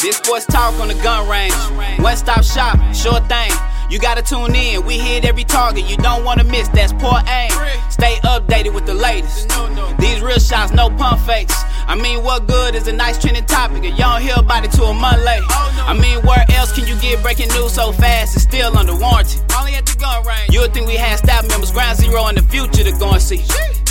Big sports talk on the gun range. One stop shop, sure thing. You gotta tune in, we hit every target. You don't wanna miss, that's poor aim. Stay updated with the latest. These real shots, no pump fakes. I mean, what good is a nice trending topic if you don't hear about it till a month late? I mean, where else can you get breaking news so fast and still under warranty? Only at the gun range. You would think we had staff members ground zero in the future to go and see.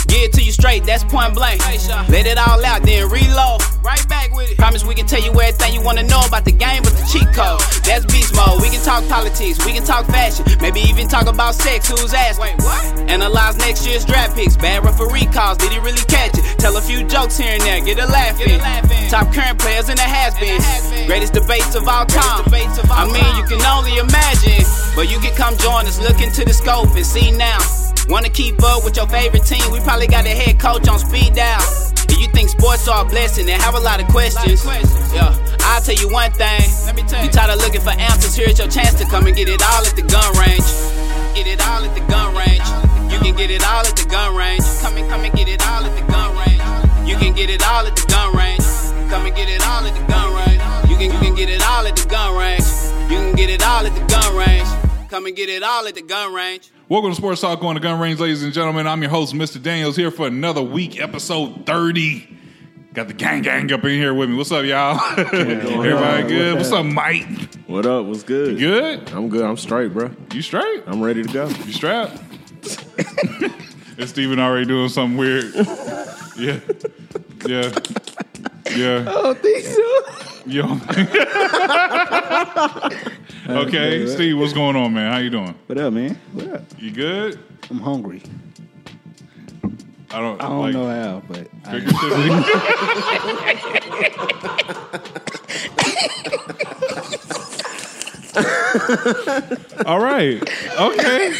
Get it to you straight, that's point blank. Let it all out, then reload. Right back with it. Promise we can tell you everything you wanna know about the game, but the cheat code. That's beast mode. We can talk politics, we can talk fashion, maybe even talk about sex. Who's ass? Wait, what? Analyze next year's draft picks. Bad referee calls, did he really catch it? Tell a few jokes here and there, get a laugh in. Top current players in the has been. Greatest debates of all time. I mean, you can only imagine, but you can come join us. Look into the scope and see now. Wanna keep up with your favorite team? We probably got a head coach on speed dial. Do you think sports are a blessing and have a lot of questions? Yeah, I'll tell you one thing. Let me tell you. You tired of looking for answers? Here's your chance to come and get it all at the gun range. Get it all at the gun range. You can get it all at the gun range. Come and come and get it all at the gun range. You can get it all at the gun range. Come and get it all at the gun range. You can you can get it all at the gun range. You can get it all at the gun range. Come and get it all at the gun range. Welcome to Sports Talk on the Gun Range, ladies and gentlemen. I'm your host, Mr. Daniels, here for another week, episode 30. Got the gang gang up in here with me. What's up, y'all? Everybody on? good? What's What's up, Mike? What up? What's good? Good? I'm good. I'm straight, bro. You straight? I'm ready to go. You strapped? Is Steven already doing something weird? Yeah. Yeah. Yeah. don't think so. You don't think- okay, Steve, what's going on, man? How you doing? What up, man? What up? You good? I'm hungry. I don't, I don't know how, but I, All right. Okay.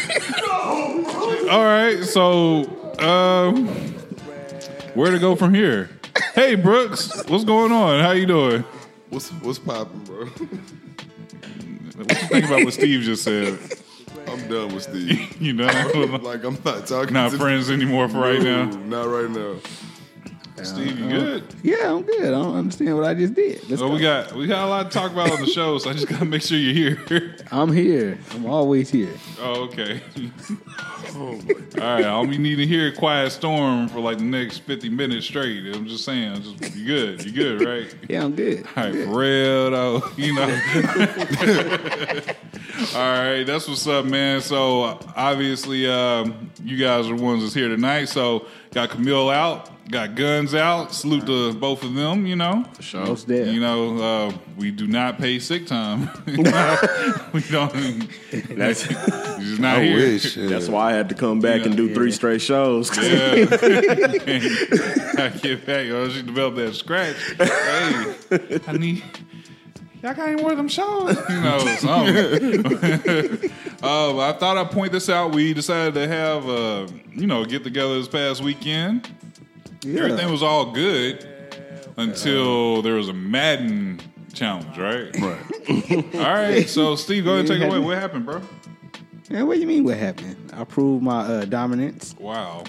All right. So, um, where to go from here? Hey, Brooks, what's going on? How you doing? What's what's popping, bro? What you think about what Steve just said? I'm done with Steve. You know, like I'm not talking. not to friends anymore for right No, now. Not right now. Steve, you good? yeah, I'm good. I don't understand what I just did. Let's So go. we got we got a lot to talk about on the show. So I just gotta make sure you're here. I'm here. I'm always here. Oh, okay. all right, all we need to hear Quiet Storm for like the next 50 minutes straight. I'm just saying, just you good, you good, right? Yeah, I'm good. All right, for real though, you know. all right, that's what's up, man. So obviously, um, you guys are the ones that's here tonight. So got Camille out, got guns out. Salute to both of them, you know. Sure. Most there. You know, uh, we do not pay sick time. we don't. That's, He's not I here. wish. yeah. that's why I had to come back and do three straight shows. Yeah. I get back. Yo, she developed that scratch. Hey, I need. Y'all got any more of them shows? You know, something. um, I thought I'd point this out. We decided to have, uh, you know, get together this past weekend. Yeah. Everything was all good until there was a Madden challenge, right? Right. all right. So, Steve, go ahead and take it away. What happened, bro? Man, what do you mean? What happened? I proved my uh, dominance. Wow.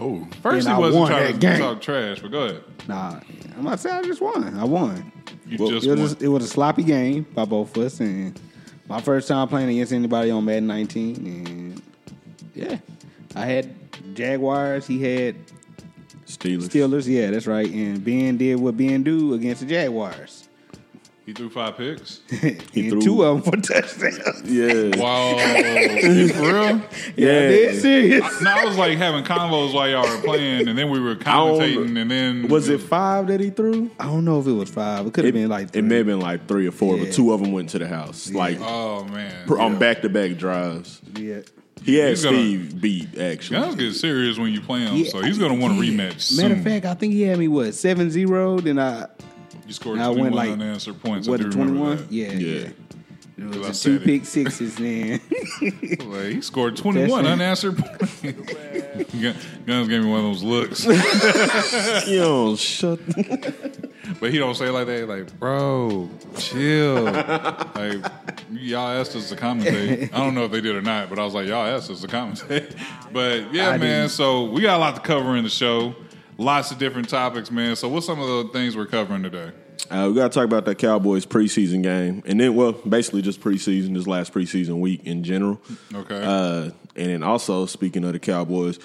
Oh, First, he And I wasn't won trying to that game. talk trash, but go ahead. Nah, I'm about to say I just won. I won. You It just was, won. it was a sloppy game by both of us, and my first time playing against anybody on Madden 19, and yeah, I had Jaguars. He had Steelers. Steelers. Yeah, that's right. And Ben did what Ben do against the Jaguars. He threw five picks. and threw- two of them for touchdowns. Yeah. Wow, You for real? Yeah. Dead serious. No, I was like having convos while y'all were playing, and then we were don't- commentating, and then Was it five that he threw? I don't know if it was five. It could have been like it may have been like three or four, Yeah. but two of them went to the house. Like Oh man, pr- on back to back drives. three. Yeah. He had He's gonna- Steve beat actually. guys get serious when you play him, Yeah, so he's gonna want a yeah. rematch. soon. Matter of fact, I think he had me what seven zero. Then I you scored I twenty-one went like unanswered points. what I do the remember twenty one? that. Yeah, yeah. Yeah. It I was the said two it. pick sixes then. Like, he scored twenty-one That's unanswered points. Gun- Guns gave me one of those looks, You know, shut but he don't say it like that. Like, bro, chill. like, y'all asked us to commentate. I don't know if they did or not, but I was like, y'all asked us to commentate. but yeah, I man. didn't. So we got a lot to cover in the show. Lots of different topics, man. So what's some of the things we're covering today? Uh, we got to talk about that Cowboys preseason game, and then well, basically just preseason, this last preseason week in general. Okay. Uh, and then also speaking of the Cowboys,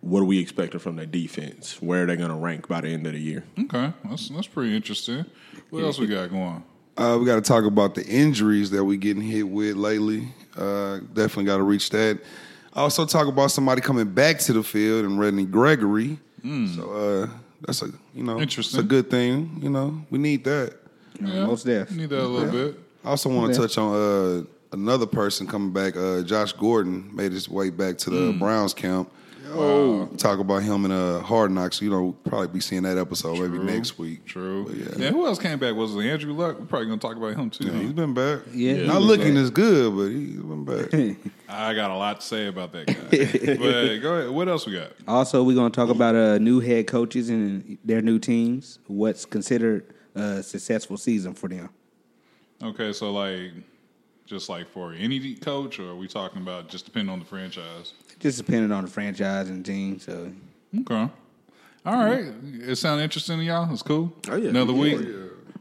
what are we expecting from their defense? Where are they going to rank by the end of the year? Okay, that's that's pretty interesting. What else we got going? Uh, we got to talk about the injuries that we getting hit with lately. Uh, definitely got to reach that. Also talk about somebody coming back to the field and Redney Gregory. So uh, that's a you know Hmm. Interesting. It's a good thing. You know we need that. Yeah, most def. Need that a little bit. I also want Yeah. to touch on uh, another person coming back. Uh, Josh Gordon made his way back to Hmm. the Browns camp. Oh, talk about him in uh, Hard Knocks. You know, we'll probably be seeing that episode maybe next week. True. But Yeah. yeah. Who else came back? Was it Andrew Luck? We're probably gonna talk about him too. Yeah, he's been back. Yeah, he not been looking back. as good, but he's been back. I got a lot to say about that guy. but go ahead. What else we got? Also, we're going to talk about uh, new head coaches and their new teams. What's considered a successful season for them? Okay, so like, just like for any coach, or are we talking about just depending on the franchise? Just depending on the franchise and team. So, Okay. All right. It sound interesting to y'all? It's cool. Oh, yeah. Another Yeah. week.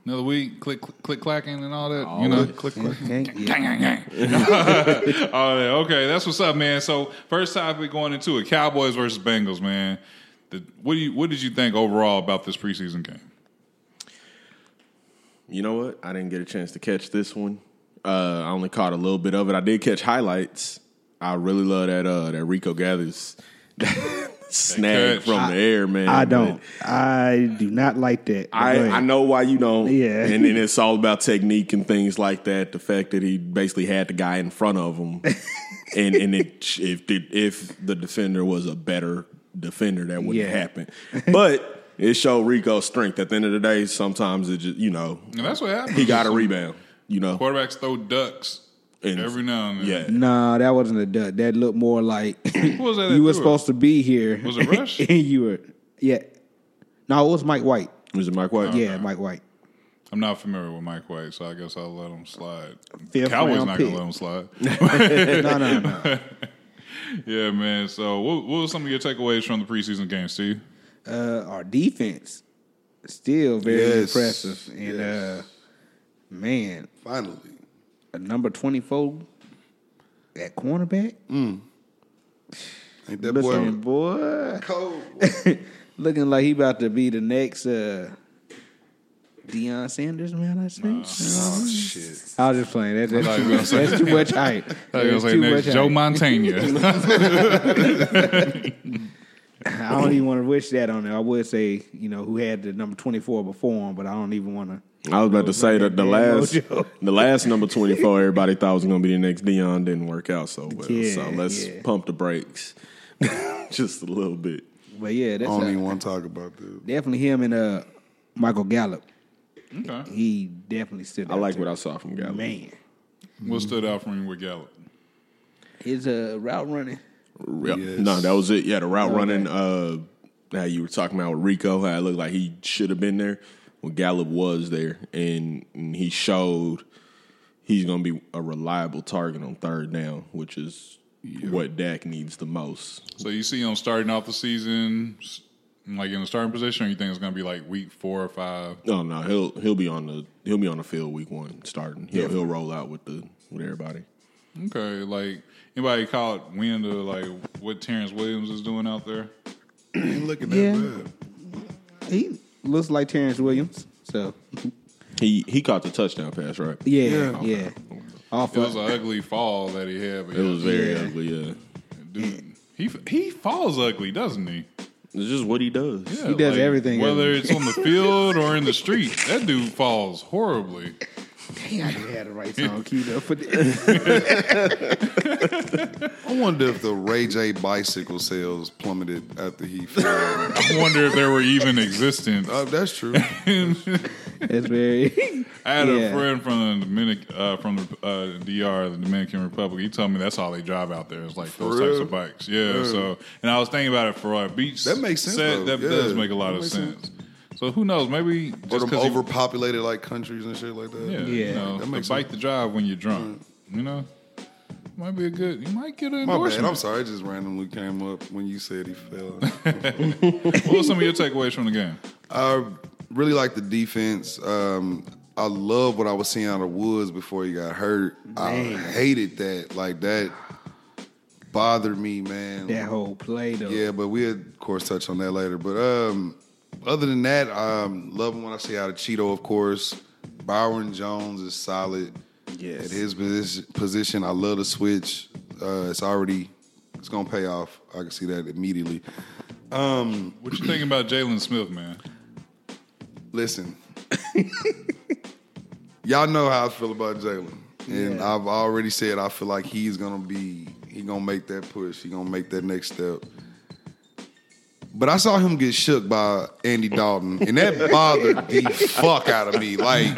Another week. Click, click, click, clacking, and all that. you All know. that Click, okay, yeah. Gang, gang, gang. All right, okay, that's what's up, man. So first topic going into it, Cowboys versus Bengals, man. The, what do you what did you think overall about this preseason game? You know what? I didn't get a chance to catch this one. Uh, I only caught a little bit of it. I did catch highlights. I really love that uh, that Rico gathers snag catch. from the air, man. I but- don't. I do not like that. I, Go ahead. I know why you don't. Yeah. And then it's all about technique and things like that. The fact that he basically had the guy in front of him. and and it, if, the, if the defender was a better defender, that wouldn't Yeah. happen. But it showed Rico's strength. At the end of the day, sometimes it just, you know, And that's what happened. he got a rebound, you know. quarterbacks throw ducks And- every now and then. Yeah. No, that wasn't a duck. That looked more like was that that you threw were it? supposed to be here. Was it Rush? and you were, yeah. No, it was Mike White. Was it Mike White? Yeah, Mike White. I'm not familiar with Mike White, so I guess I'll let him slide. Fifth Cowboys round not pick. gonna let him slide. No, no, no. yeah, man. So what, what were some of your takeaways from the preseason game, Steve? uh, our defense still very Yes. impressive. And uh, man, Finally, a number twenty four at cornerback. ain't that Listen, boy boy, cold? looking like he about to be the next uh, Deion Sanders, man. I think. Oh shit! I was just playing. That, that's, thought too you were much, that's too much hype. I was That's gonna Oh, say too next much Joe hype. Montana. I don't even want to wish that on there. I would say, you know, who had the number twenty four before him, but I don't even want to. I was about to say that the Damn last mojo. the last number twenty four everybody thought was gonna be the next Dion didn't work out so well. Yeah, so let's yeah. pump the brakes just a little bit. But yeah, I that's don't a- even want to talk about this. definitely him and uh, Michael Gallup. okay. He definitely stood. I out like there. what I saw from Gallup. man. What stood out from you with Gallup? His uh, route running. Yep. Yes. No, that was it. Yeah, the route running. Uh, how you were talking about with Rico, how it looked like he should have been there. Well, Gallup was there, and, and he showed he's going to be a reliable target on third down, which is what Dak needs the most. So you see him starting off the season s- like in the starting position, or you think it's gonna be like week four or five? No, no, Oh, he'll he'll be on the he'll be on the field week one starting. He'll he'll roll out with the with everybody. Okay, like anybody caught wind of like what Terrence Williams is doing out there? Ain't looking that Yeah. bad. He looks like Terrence Williams. So He he caught the touchdown pass, right? yeah, yeah. Yeah. Off It was of, an ugly fall that he had, but It was very Yeah. ugly. Yeah, dude, he he falls ugly, doesn't he? it's just what he does. Yeah, He does everything whether ugly. it's on the field or in the street. That dude falls horribly. damn, I had the right song queued up for this. I wonder if the Ray J bicycle sales plummeted after he fell. I wonder if they were even existent. uh, that's true. That's very. I had a Yeah. friend from the Dominic uh, from the uh, DR, the Dominican Republic. He told me that's all they drive out there. It's like those For types real? of bikes. Yeah. So, and I was thinking about it for a beach. That makes sense, set, though. That Yeah, does make a lot that of makes sense. So who knows? Maybe Or just them because overpopulated like countries and shit like that. yeah, Yeah, you know, that the bike makes Mm. to drive when you're drunk. You know, might be a good. You might get an My bad. endorsement. I'm sorry. It just randomly came up when you said he fell. What were some of your takeaways from the game? uh, really like the defense. Um, I love what I was seeing out of Woods before he got hurt. I hated that. Like that bothered me, man. That whole play though. Yeah, but we'll of course touch on that later. But um, other than that, um, loving what I see out of Cheeto, of course. Byron Jones is solid. Yes. At his posi- position, I love the switch. Uh, it's already it's gonna pay off. I can see that immediately. What you thinking about Jalen Smith, man? Listen, y'all know how I feel about Jalen, and I've already said I feel like he's gonna be he gonna make that push. He gonna make that next step. But I saw him get shook by Andy Dalton, and that bothered the fuck out of me. Like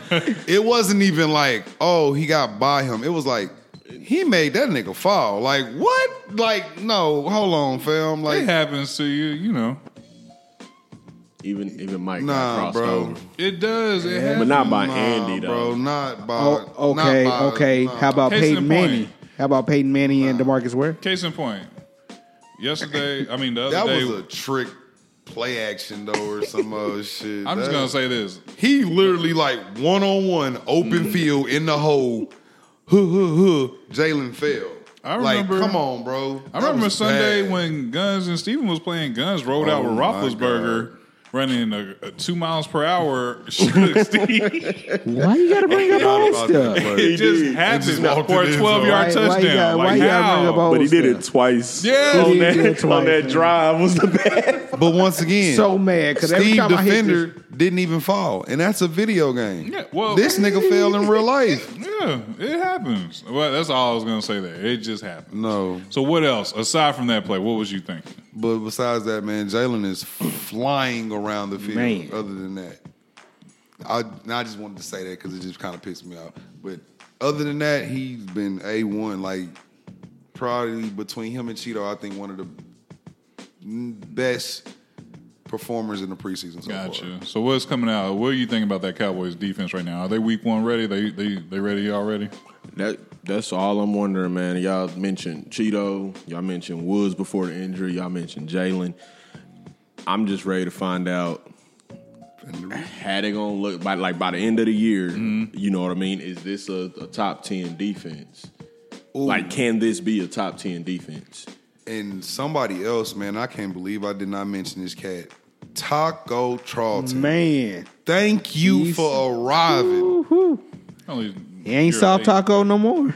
it wasn't even like oh he got by him. It was like. He made that nigga fall. Like what? Like no, hold on, fam. Like It happens to you, you know. Even even Mike Nah, got crossed bro. over, It does. It happens. but not by nah, Andy bro, though. not by. Oh, not okay, by- okay. nah. How about Case in Peyton point. Manning? How about Peyton Manning and Demarcus Ware? Case in point. Yesterday, I mean the other That day. was a trick play action though, or some other shit. I'm just That- gonna say this. he literally like one on one, Mm. open field in the hole. Huh, huh, huh. Jalen fell. I Like, remember- come on, bro. I That remember was Sunday bad. when Guns and Steven was playing Guns, rolled out Oh, with my Roethlisberger running a, a two miles per hour. Shook Steve. Why you gotta bring up all that Forgot about stuff? that play. It just did. happened It just walked for in a the 12 yard end zone. Why- why touchdown. you gotta- why like, you gotta bring up how? all- But he did it Stuff. twice. Yeah. on He that did it on twice, that man. drive was the best. But once again, So mad because every Steve time I Defender hit this, didn't even fall, and that's a video game. Yeah, well- this nigga fell in real life. Yeah, it happens. Well, that's all I was gonna say. There, it just happened. No, So what else aside from that play? What was you thinking? but besides that, man, Jalen is flying around the field. Man. Other than that, I and I just wanted to say that because it just kind of pissed me off. But other than that, he's been a one. Like probably between him and Cheeto, I think one of the best performers in the preseason so far. Gotcha. So what's coming out? What are you thinking about that Cowboys defense right now? Are they week one ready? They they they ready already? That that's all I'm wondering, man. Y'all mentioned Cheeto, y'all mentioned Woods before the injury, y'all mentioned Jalen. I'm just ready to find out how they gonna look by like by the end of the year. Mm-hmm. You know what I mean? Is this a, a top ten defense? Ooh, Like, can this be a top ten defense? and somebody else, man, I can't believe I did not mention this cat. Taco Charlton. man, Thank you He's- for arriving. woo-hoo. Only he ain't you're soft late. taco no more.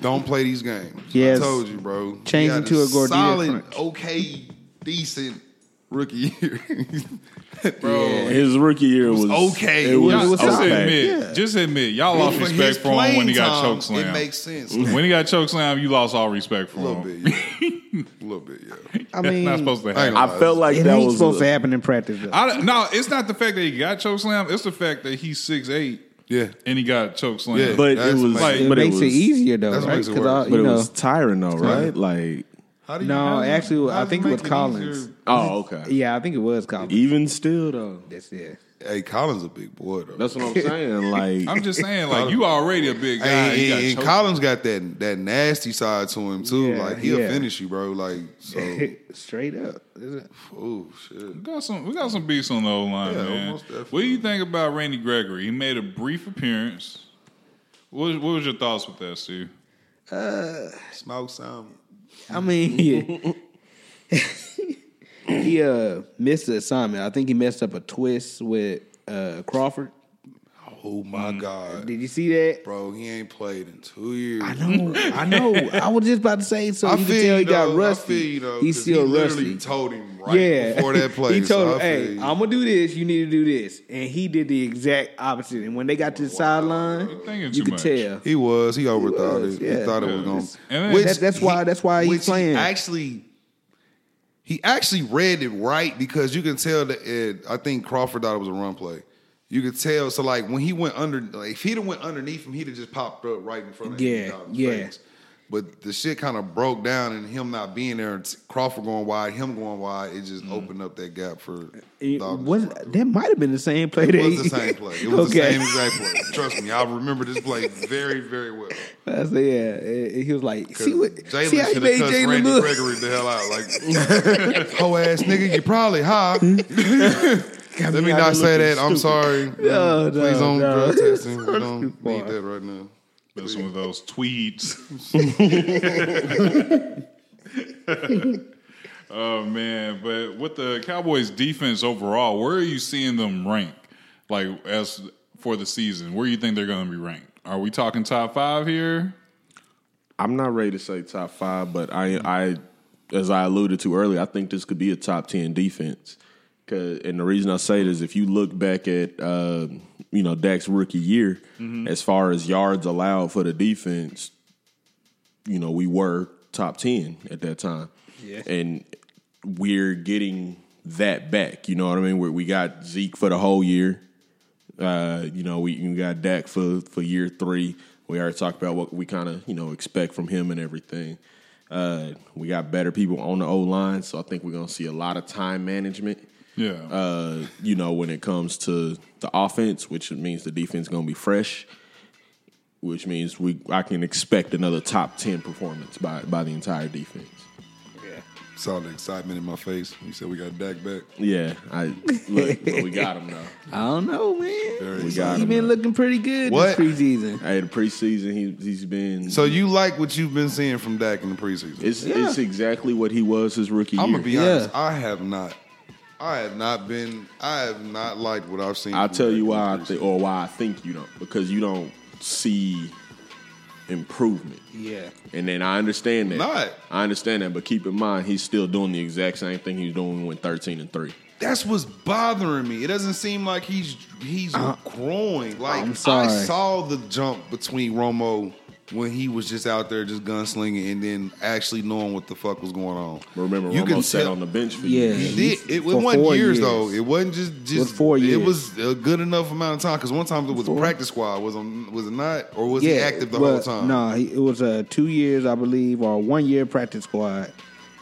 Don't play these games. Yes. I told you, bro. Change He had into a gordita Solid, crunch. okay, decent rookie year. bro. His rookie year was, okay. It was, Yeah, it was Just okay. admit, Yeah. just admit, y'all lost For his respect for him when he playing got time, choke It slam. makes sense. A When he got choke slam, you lost all respect for little him. bit, yeah. A little bit, yeah. I That's mean, not supposed to I ain't happen. gonna I felt like it that ain't was supposed a- to happen in practice. Though. I don't- no, it's not the fact that he got choke slam. It's the fact that he's six eight Yeah. and he got choke slam. Yeah. but it That's was amazing. it but makes was, it easier though, That's what right? makes it 'Cause worse. I- But you it know, was tiring though, right? Like How do you No, how do you- actually, how I does think it it make was Collins. easier? oh okay. yeah, I think it was Collins. E- Even still though, That's it. Hey, Collins a big boy though. that's what I'm saying. Like I'm just saying, like you already a big guy. Hey, you and, and got choke- Collins got that that nasty side to him too. Yeah, like he'll yeah. finish you, bro. Like so. Straight up. Is it- oh shit. We got some. We got some beats on the O line, Yeah, man. most definitely. What do you think about Randy Gregory? He made a brief appearance. What, what was your thoughts with that, Steve? Smoke some. I mean, yeah. he uh, missed the assignment. I think he messed up a twist with uh, Crawford. Oh my god, Did you see that? bro. He ain't played in two years. I know, I know. I was just about to say so. I you feel can tell he you, got though. rusty. I feel you, though, He's 'cause still he literally rusty. Told him right yeah, before that play. he told so him, I feel "Hey, you. I'm gonna do this. You need to do this," and he did the exact opposite. And when they got to the You're sideline, thinking you too could much. tell. He was. He overthought was, it. He yeah. thought it Yeah. was And going. then- to That- that's why- that's why he's playing. actually, he actually read it right because you can tell that. It, I think Crawford thought it was a run play. You could tell. So like when he went under, like, if he'd have went underneath him, he'd have just popped up right in front of Yeah, him. yeah. But the shit kind of broke down, and him not being there, and Crawford going wide, him going wide, it just opened up that gap for. Mm. It Dawkins. was that might have been the same play. It that was he- the same play. It was okay. the same exact play. Trust me, I remember this play very, very well. I said, yeah. And- and He was like, see what? see how Jalen he should made have cussed Jalen Randy look. Gregory the hell out. Like, hoe ass nigga, you probably high. Hmm? got Let me out not here say looking that. I'm stupid. sorry. No, no, Please don't no. drug test me. We too don't far. need that right now. That's one of those tweeds. oh man, but with the Cowboys defense overall, where are you seeing them rank? Like as for the season, where do you think they're going to be ranked? Are we talking top five here? I'm not ready to say top five, but I, I, as I alluded to earlier, I think this could be a top ten defense. 'Cause- and the reason I say it is if you look back at, uh, you know, Dak's rookie year, as far as yards allowed for the defense, you know, we were top ten at that time, yeah. and we're getting that back. You know what I mean? Where we got Zeke for the whole year. Uh, you know, we, we got Dak for, for year three. We already talked about what we kind of you know expect from him and everything. Uh, we got better people on the O line, so I think we're gonna see a lot of time management. Yeah. Uh, you know, when it comes to the offense, which means the defense gonna be fresh, which means we I can expect another top ten performance by by the entire defense. Saw the excitement in my face. You said we got Dak back. Yeah, I look, but we got him though. I don't know, man. We got He him. been though. looking pretty good What? this preseason. Hey, the preseason he he's been So you like what you've been seeing from Dak in the preseason? It's Yeah. it's exactly what he was his rookie I'm year. gonna be Yeah. honest. I have not. I have not been. I have not liked what I've seen. I'll from tell Dak you in the why I preseason. think or why I think you don't because you don't see improvement. Yeah. And then I understand that. Not. I understand that, but keep in mind he's still doing the exact same thing he was doing when he went 13 and 3. That's what's bothering me. It doesn't seem like he's he's growing. Like Uh-huh. I'm sorry. I saw the jump between Romo when he was just out there just gunslinging, and then actually knowing what the fuck was going on. But remember You can Romo sat tell- on the bench for Yeah. years. He did. It, it For wasn't four years, years. though. It wasn't just just was four years. It was a good enough amount of time because one time it was Four. practice squad. Was on was it not or was he active the whole well, time? No, he, it was uh, two years, I believe, or one year practice squad,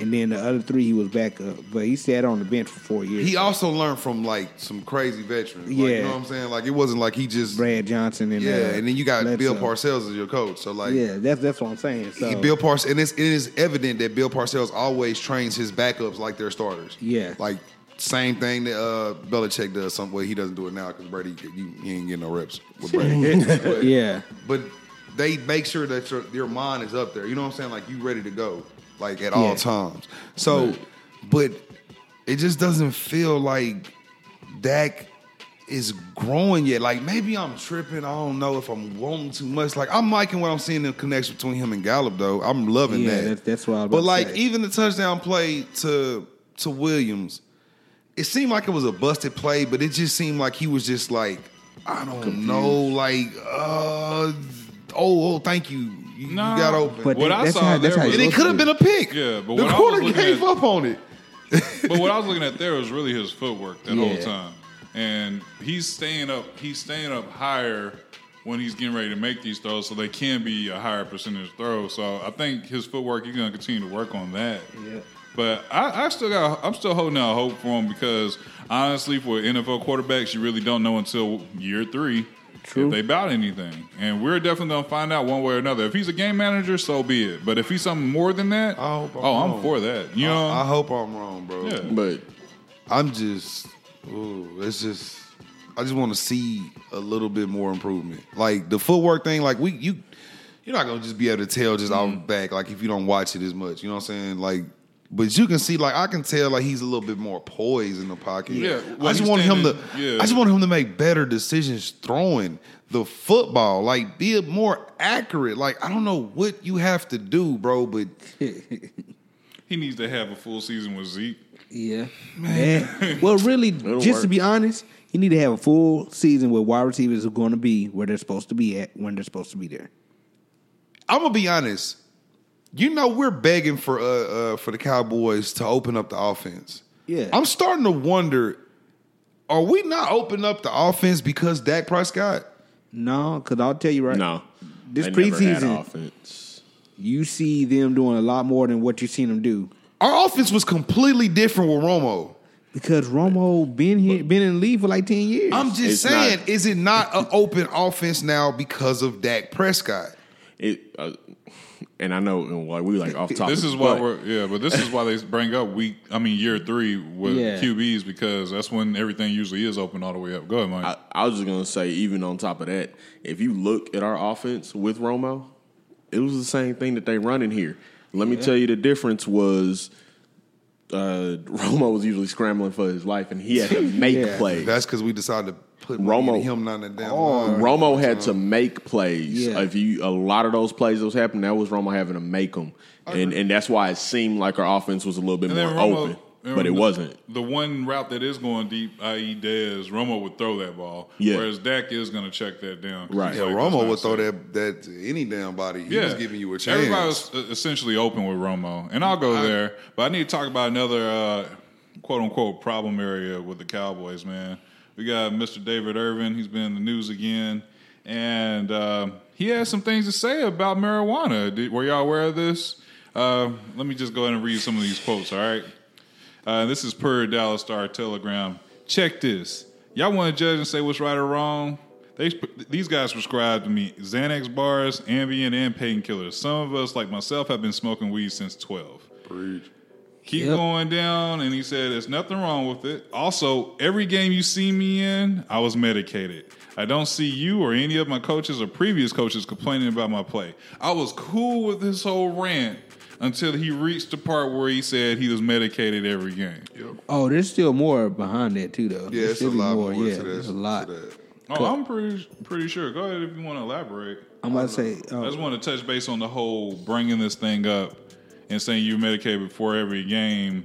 and then the other three he was back up. But he sat on the bench for four years. He also learned from like some crazy veterans. Like, you Yeah. know what I'm saying? Like it wasn't like he just Brad Johnson and yeah. uh, and then you got Bill Bledsoe. Parcells as your coach. So like Yeah, that's that's what I'm saying. So, He- Bill Parcells, and it's, it is evident that Bill Parcells always trains his backups like their starters. Yeah. like same thing that uh, Belichick does. Some way he doesn't do it now because Brady, you, you ain't getting no reps with Brady. but, yeah, but they make sure that your your mind is up there. You know what I'm saying? Like you ready to go, like at all Yeah. times. So, but it just doesn't feel like Dak is growing yet. Like maybe I'm tripping. I don't know if I'm wanting too much. Like I'm liking what I'm seeing in the connection between him and Gallup though. I'm loving Yeah, that. that- that's what I was But about to like say. even the touchdown play to to Williams, it seemed like it was a busted play, but it just seemed like he was just like, I don't know, like, uh, oh, oh, thank you, you, you Nah, got open. But what that- I that's saw how- that's there how was and it could have been a pick. Yeah, but what the I was corner looking gave at- up on it. But what I was looking at there was really his footwork that whole Yeah. time, and he's staying up. He's staying up higher when he's getting ready to make these throws, so they can be a higher percentage throw. So I think his footwork, he's going to continue to work on that. Yeah. But I, I still got. I'm still holding out hope for him because honestly, for NFL quarterbacks, you really don't know until year three. True. If they about anything, and we're definitely gonna find out one way or another. If he's a game manager, so be it. But if he's something more than that, I hope I'm oh, I'm wrong. for that. You know, I hope I'm wrong, bro. Yeah. But I'm just, ooh, it's just, I just want to see a little bit more improvement. Like the footwork thing, like we, you, you're not gonna just be able to tell just Mm-hmm. out back, like if you don't watch it as much. You know what I'm saying? Like, but you can see, like I can tell, like he's a little bit more poised in the pocket. Yeah, I when just he's want him to, standing- yeah. I just want him to make better decisions throwing the football. Like be more accurate. Like I don't know what you have to do, bro, but He needs to have a full season with Zeke. yeah, man. well, really, just to be honest, you need to have a full season where wide receivers are going to be where they're supposed to be at when they're supposed to be there. I'm gonna be honest. You know we're begging for uh, uh for the Cowboys to open up the offense. Yeah. I'm starting to wonder: Are we not opening up the offense because Dak Prescott? No, because I'll tell you right no. This They never had preseason- offense. you see them doing a lot more than what you seen them do. Our offense was completely different with Romo. Because Romo been here, been in the league for like ten years. I'm just It's saying, not- is it not an open offense now because of Dak Prescott? It uh, and I know, and like we like off topic. This is why Uh, but- we're yeah, but this is why they bring up week. I mean, year three with Yeah. QBs because that's when everything usually is open all the way up. Go ahead, Mike. I, I was just gonna say, even on top of that, if you look at our offense with Romo, it was the same thing that they run in here. Let me tell you, the difference was uh, Romo was usually scrambling for his life, and he had to make Yeah. plays. That's because we decided to put Romo- Romo him down the damn line. Romo had to make plays. Yeah. If you a lot of those plays that was happening, that was Romo having to make them, and and that's why it seemed like our offense was a little bit And more then Romo- open, and but it the- wasn't. The one route that is going deep, i.e., Dez, Romo would throw that ball. Yeah. Whereas Dak is going to check that down. 'cause Right. he's Yeah, like, Romo that's would not throw safe. that that to any damn body. He was giving you a chance. Everybody was uh, essentially open with Romo, and I'll go there. But I need to talk about another uh, quote unquote problem area with the Cowboys. Man, we got Mr. David Irvin. He's been in the news again, and um he has some things to say about marijuana. Did, were y'all aware of this? Uh, let me just go ahead and read some of these quotes. All right. Uh, this is per Dallas Star Telegram. Check this. Y'all want to judge and say what's right or wrong? They, these guys prescribed to me Xanax bars, Ambien, and painkillers. Some of us, like myself, have been smoking weed since 12. Keep Yep. going down, and he said, There's nothing wrong with it. Also, every game you see me in, I was medicated. I don't see you or any of my coaches or previous coaches complaining about my play. I was cool with this whole rant until he reached the part where he said he was medicated every game. Oh, there's still more behind that too, though. Yeah, There's it's a still lot more. Yeah, to there's a that, lot. To that. Oh, I'm pretty pretty sure. Go ahead if you want to elaborate. I'm about to say. I Oh, just want to touch base on the whole bringing this thing up and saying you're medicated before every game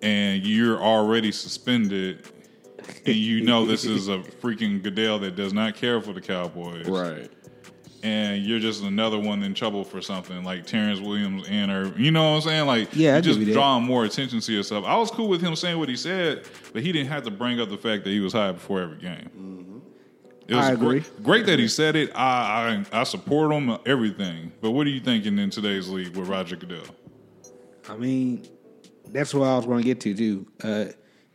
and you're already suspended and you know this is a freaking Goodell that does not care for the Cowboys. Right. And you're just another one in trouble for something like Terrence Williams and or you know what I'm saying? Like Yeah, I you give just you that. drawing more attention to yourself. I was cool with him saying what he said, but he didn't have to bring up the fact that he was high before every game. It was Mm-hmm. I agree. Great, great that he said it. I, I I support him everything. But what are you thinking in today's league with Roger Goodell? I mean, that's what I was going to get to too. Uh,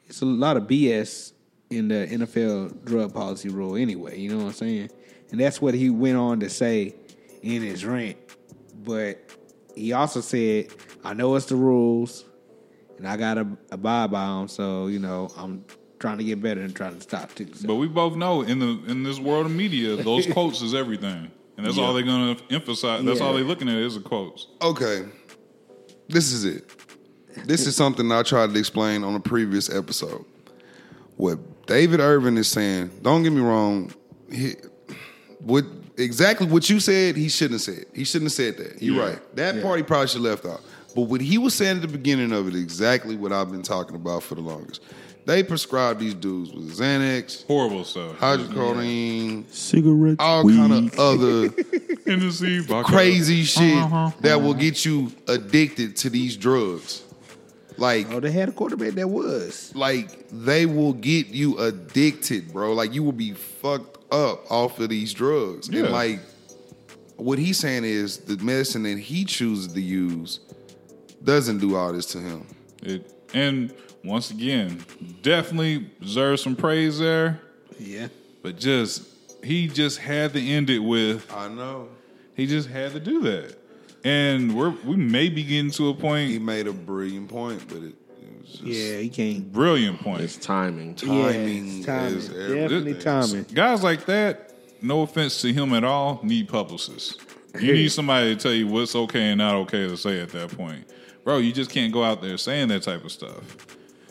it's a lot of BS in the NFL drug policy rule, anyway. You know what I'm saying? And that's what he went on to say in his rant. But he also said, "I know it's the rules, and I got to abide by them. So you know, I'm trying to get better and trying to stop too." So, But we both know in the in this world of media, those quotes is everything, and that's all they're going to emphasize. That's Yeah. all they're looking at is the quotes. okay, this is it. This is something I tried to explain on a previous episode. What David Irvin is saying, don't get me wrong, he, what exactly what you said, he shouldn't have said. He shouldn't have said that. You're right. That part he probably should have left out. But what he was saying at the beginning of it, exactly what I've been talking about for the longest. They prescribed these dudes with Xanax, Horrible stuff. hydrocodone, Cigarettes. all kind of other Hennessy, vodka. crazy shit Uh-huh. that will get you addicted to these drugs. Like, oh, they had a quarterback that was. like they will get you addicted, bro. Like you will be fucked up off of these drugs. Yeah. And like what he's saying is the medicine that he chooses to use doesn't do all this to him. It, and once again, definitely deserves some praise there. Yeah. But just he just had to end it with I know. he just had to do that. And we're we may be getting to a He point made a brilliant point, but it, it was just Yeah, he can't. brilliant point. It's timing. timing, yeah, timing. is everything. Definitely timing. Guys like that, no offense to him at all, need publicists. You need somebody to tell you what's okay and not okay to say at that point. Bro, you just can't go out there saying that type of stuff.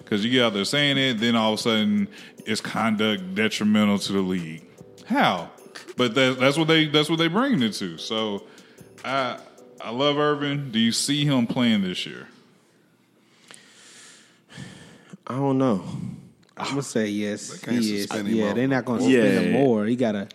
Cause you get out there saying it, then all of a sudden it's conduct detrimental to the league. How? But that, that's what they that's what they bring it to. So I I love Irvin. Do you see him playing this year? I don't know. Ah, I'm gonna say yes. can't He is. suspend him Yeah, off they're not gonna Yeah. spend him more. He gotta.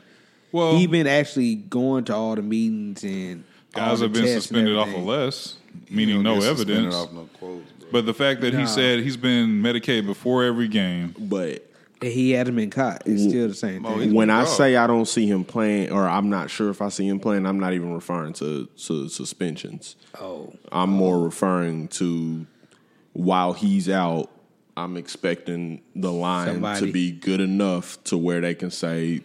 Well, he been actually going to all the meetings and all guys the have been tests and suspended off of everything. less, You meaning don't no get suspended evidence. off no quotes, bro. But the fact that Nah. he said he's been medicated before every game, But And He hadn't been caught. It's still the same Oh, thing. he's when I been robbed. say I don't see him playing, or I'm not sure if I see him playing, I'm not even referring to, to suspensions. Oh, I'm more referring to while he's out, I'm expecting the line Somebody. to be good enough to where they can say,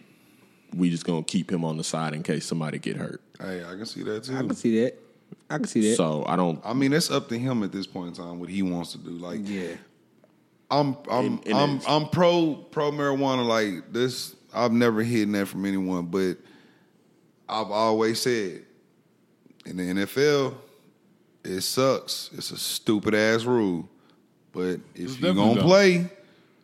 we just going to keep him on the side in case somebody get hurt. Hey, I can see that too. I can see that. I can see that. So I don't. I mean, it's up to him at this point in time what he wants to do. Like, yeah. I'm I'm It- it I'm is. I'm pro pro marijuana. Like this, I've never hidden that from anyone, but I've always said in the NFL, it sucks. It's a stupid ass rule, but if you're definitely gonna dumb. play,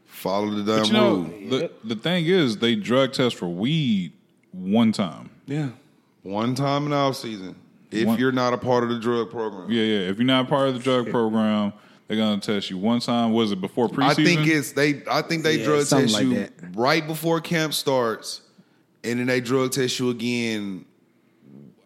follow the But damn you know, rule. the, the thing is, they drug test for weed one time. Yeah, one time in off season. If One- you're not a part of the drug program, Yeah, yeah. If you're not part of the drug program, they're gonna test you one time. Was it before preseason? I think it's they. I think they Yeah, drug something test like you that. right before camp starts, and then they drug test you again.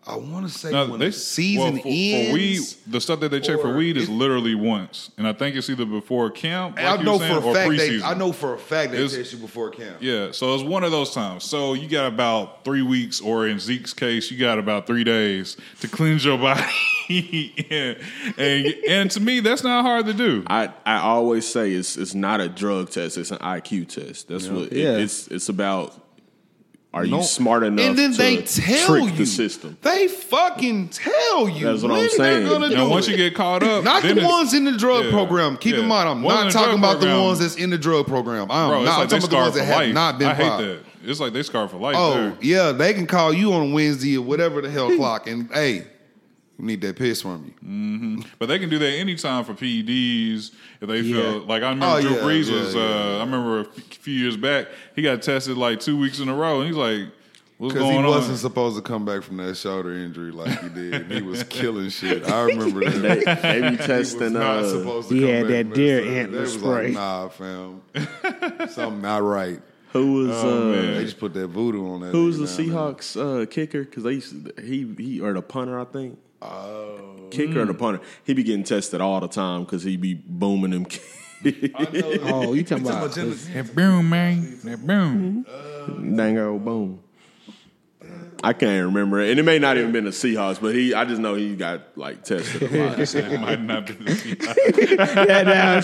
I want to say No, when they- the season well, for, ends. For weed, the stuff that they check for or weed is if- literally once, and I think it's either before camp. And like I you know were saying, for or a fact. They, preseason. I know for a fact they It's- test you before camp. Yeah, so it's one of those times. So you got about three weeks, or in Zeke's case, you got about three days to cleanse your body. Yeah. and and to me, that's not hard to do. I, I always say it's it's not a drug test. It's an IQ test. That's what it, Yeah. it's it's about. Are you No- smart enough? And then to they tell trick you the system. They fucking tell you. That's what when I'm saying. They're gonna You Now, do once it. you get caught up, Not then the it's- ones in the drug yeah, program. Keep in yeah. mind, I'm Ones in not the talking drug about the program- ones that's in the drug program. I'm Bro, it's not. like I'm they talking about the scar ones for that have life. not been I hate popped. that. It's like they scar for life. Oh, there. yeah, they can call you on Wednesday or whatever the hell clock, and hey, you need that piss from you. But they can do that anytime for PEDs if they feel like I remember Oh, Drew yeah, Brees yeah, was. yeah, Uh, I remember a f- few years back he got tested like two weeks in a row, and he's like, "What's Because going he on?" wasn't supposed to come back from that shoulder injury like he did. and he was killing shit. I remember that. They, they be He was testing. not uh, supposed to He come had back that from deer surgery. antler They was spray. Like, nah, fam. Something not right. who was Oh, uh, They just put that voodoo on that. who was the nigga now, man. Seahawks uh, kicker? Because they used to, he he or the punter, I think. Oh, kicker or the Hmm. punter. He be getting tested all the time because he be booming them. Oh, you talking about? That boom, man. That boom. Dang old boom. I can't remember it, and it may not even been the Seahawks, but he I just know he got like tested a lot. It might not be the Seahawks. that now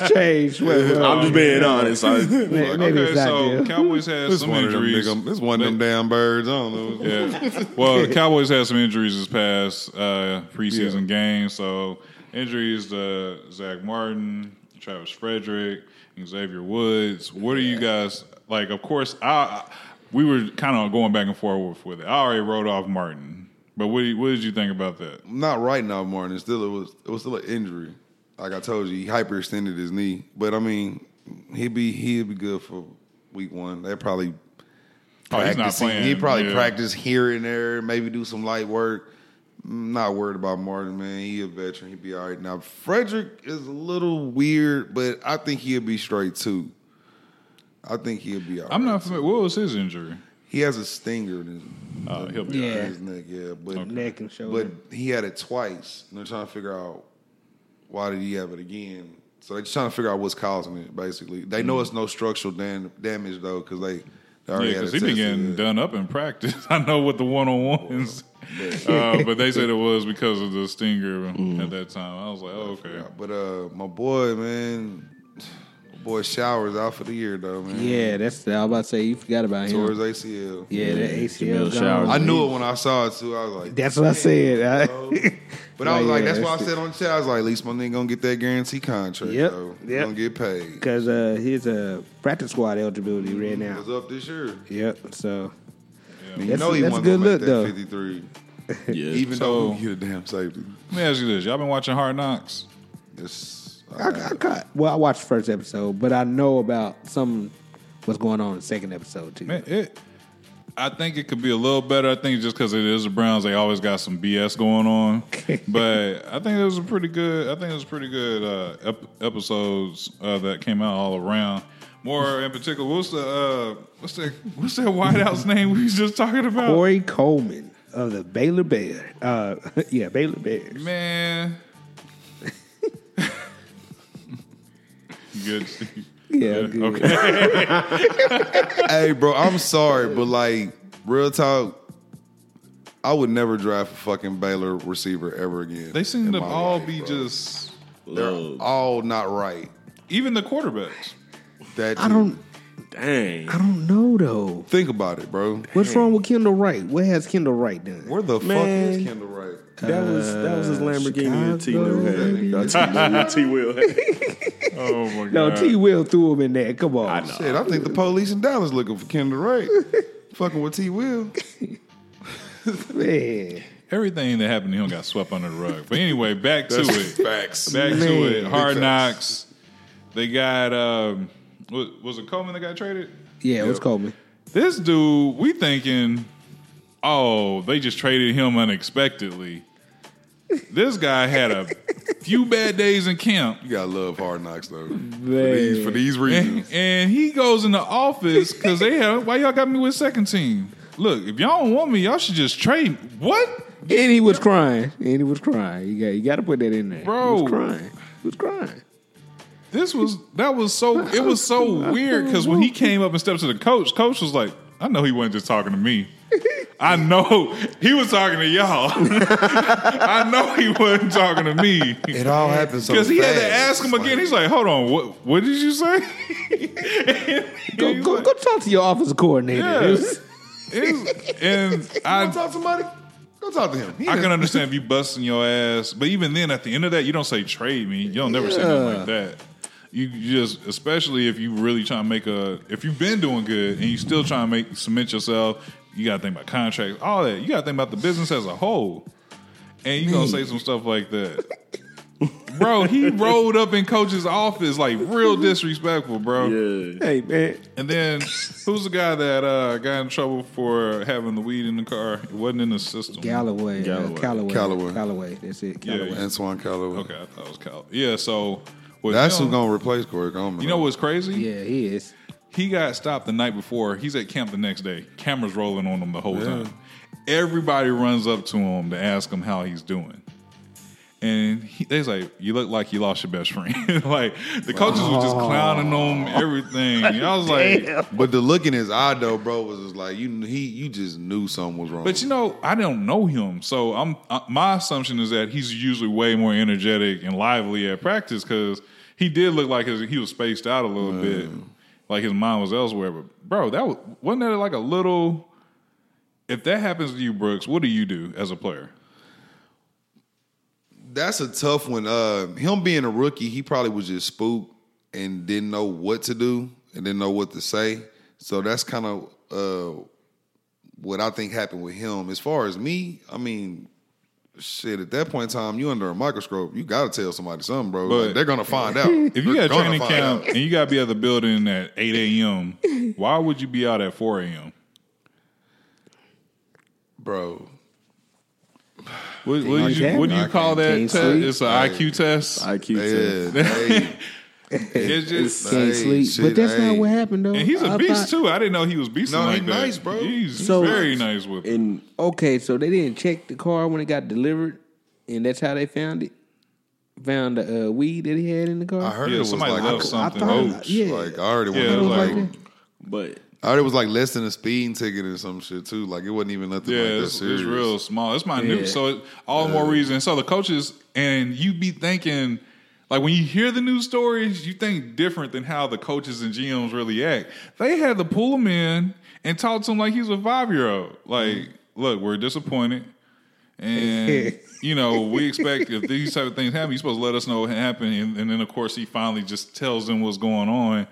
changed. Well, well, I'm just being honest. I, may- maybe okay, it's not so there. Cowboys had This some one, of them injuries. nigga, this one of them damn birds. I don't know. Yeah. Well, the Cowboys had some injuries this past uh, preseason game. So injuries to Zach Martin, Travis Frederick, and Xavier Woods. What are you guys like? Of course, I we were kind of going back and forth with it. I already wrote off Martin, but what, do you- what did you think about that? Oh, not right now, Martin. It's still it was it was still an injury. Like I told you, he hyperextended his knee. But I mean, he'd be he'd be good for week one. They probably Oh, he's not practice- playing. He probably Yeah. practice here and there, maybe do some light work. I'm not worried about Martin, man. He a veteran. He'd be all right. Now Frederick is a little weird, but I think he'll be straight too. I think he'll be all right. I'm not familiar. What was his injury? He has a stinger in his, Uh, he'll be Yeah. all right. in his neck, yeah. But Neck and shoulder. but he had it twice, and they're trying to figure out why did he have it again. So they're just trying to figure out what's causing it. Basically, they Mm. know it's no structural dam- damage though, because they, they already Yeah, had it because he been tested. getting done up in practice. I know with the one on ones, uh, but they said it was because of the stinger Mm-hmm. at that time. I was like, oh, okay. Yeah, But uh, my boy, man, my boy Showers out for the year though, man. yeah, that's. I was about to say you forgot about him. towards ACL. yeah, that ACL. Jamil Showers. gone. I knew it when I saw it too. I was like, That's what I said. I- but I was Like, like, yeah, that's why I that's said on the chat. I was like, at least my nigga gonna get that guarantee contract. Yep, though. He yep. gonna get paid. Because uh, his uh, practice squad eligibility right now. It's up this year. Yep. So You That's- know he that's wasn't a gonna good make look, that though. 53. yeah, Even So- though he hit a damn safety. Let me ask you this: Y'all been watching Hard Knocks? It's, I, I caught. Well, I watched the first episode, but I know about some what's going on in the second episode too. Man, it. I think it could be a little better. I think just because it is the Browns, they always got some BS going on. but I think it was a pretty good. I think it was pretty good uh, ep- episodes uh, that came out all around. More in particular, what's the uh, what's that what's that wideout's name we was just talking about? Corey Coleman of the Baylor Bear. Uh, yeah, Baylor Bears. Man. Good. Steve. Yeah, good. Okay. hey, bro, I'm sorry, but like, real talk, I would never draft a fucking Baylor receiver ever again. They seem in to my all life, be bro. just They're all not right. even the quarterbacks. That I don't. dang. I don't know though. think about it, bro. What's wrong with Kendall Wright? What has Kendall Wright done? Uh, Where the fuck Man. is Kendall Wright? That was that was his Lamborghini T Chicago. had. T Will had. Oh my god. No, T. Will threw him in there. Come on, Shit, I think the police in Dallas looking for Kendall Wright. Fucking with T. Will. man. Everything that happened to him got swept under the rug. But anyway, back to it. Facts. Back Man. to it. Hard Big knocks. They got um was, was it Coleman that got traded? Yeah, it was Coleman. This dude, we thinking, oh, they just traded him unexpectedly. This guy had a few bad days in camp. You gotta love hard knocks though. For these, for these And, reasons. and he goes in the office because they have, why y'all got me with second team? Look, if y'all don't want me, y'all should just trade. What? And he was crying. And he was crying. You got you got to put that in there. Bro. he was crying. He was crying. This was that was so it was so weird because when he came up and stepped to the coach, coach was like, "I know he wasn't just talking to me. I know he was talking to y'all. I know he wasn't talking to me It all happens so because he had to fast. ask him again. He's like, "Hold on, what what did you say?" Go, He's go, like, go talk to your office coordinator. Yeah. It was- It's- and Go I talk to somebody. Go talk to him. He I didn't- can understand if you busting your ass, but even then, at the end of that, you don't say trade me. You don't never say nothing like that. You just, especially if you really trying to make a, if you've been doing good and you still trying to make cement yourself, you got to think about contracts, all that. You got to think about the business as a whole, and you gonna say some stuff like that. bro, he rolled up in coach's office like real disrespectful, bro. Yeah. hey man, And then who's the guy that uh, got in trouble for having the weed in the car? It wasn't in the system. Galloway, uh, Galloway. Callaway, Callaway. Callaway. That's it. Yeah, Callaway. yeah. Antoine Callaway. Okay, I thought it was Cal. Yeah, so with That's him, who's gonna replace Corey Coleman. You know what's crazy? Yeah, he is. He got stopped the night before. He's at camp the next day. Cameras rolling on him the whole time. Everybody runs up to him to ask him how he's doing. And he, they's like, "You look like you lost your best friend." like the coaches was Oh. just clowning him, everything. And I was like, But the look in his eye though, bro, was just like you. He you just knew something was wrong. But you know, I don't know him, so I'm uh, my assumption is that he's usually way more energetic and lively at practice because he did look like his, he was spaced out a little bit, like his mind was elsewhere. But bro, that was, wasn't that like a little. If that happens to you, Brooks, what do you do as a player? That's a tough one. Uh, him being a rookie, he probably was just spooked and didn't know what to do and didn't know what to say. So that's kind of uh, what I think happened with him. As far as me, I mean, shit. At that point in time, you under a microscope. You got to tell somebody something, bro. But- Like, they're gonna find out. If you got a training camp out. and you got to be at the building at eight a.m., why would you be out at four a.m.? bro. What, what, do you, can't. what do you I call that? can't Test? sleep. It's an IQ test. IQ Yeah, test. they- It's just Can't Hey, sleep. shit, but that's not hey. what happened though. And he's a I beast thought- too. I didn't know he was beasting No, he like that. nice, bro. He's So- very nice with it. And Okay, so they didn't check the car when it got delivered, and that's how they found it. Found the uh, weed that he had in the car. I heard Yeah, it was somebody like left a- something. thought- Oh, I- yeah. Like I already Yeah, went it was like, like- but I heard it was like less than a speeding ticket or some shit too. Like it wasn't even nothing yeah, like that it's, serious. it's real small. It's my new. Yeah. So it, all more reason. So the coaches and you be thinking like when you hear the news stories, you think different than how the coaches and GMs really act. They had to pull him in and talk to him like he's a five year old. Like, look, we're disappointed, and you know we expect if these type of things happen, you're supposed to let us know what happened. And, and then of course he finally just tells them what's going on.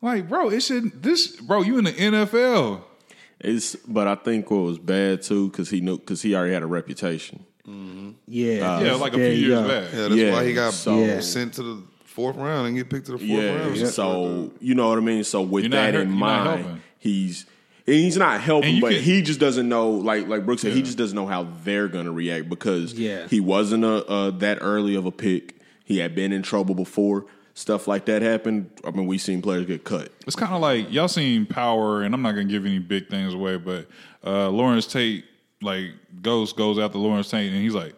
Like, bro, it should this bro, you in the NFL. it's but I think what was bad too because he knew because he already had a reputation. yeah, Yeah, like a few there you years go. back. Yeah, that's Yeah, why he got so- Yeah. sent to the fourth round and get picked to the fourth Yeah, round. so you know what I mean. So with You're not that hurt- in you're not mind, helping. he's and he's not And helping, you but can- he just doesn't know. Like like Brooks said, he just doesn't know how they're gonna react because Yeah. he wasn't a, a that early of a pick. He had been in trouble before. Stuff like that happened. I mean, we seen players get cut. It's kind of like y'all seen Power, and I'm not gonna give any big things away, but uh, Lawrence Tate, like Ghost, goes after Lawrence Tate, and he's like,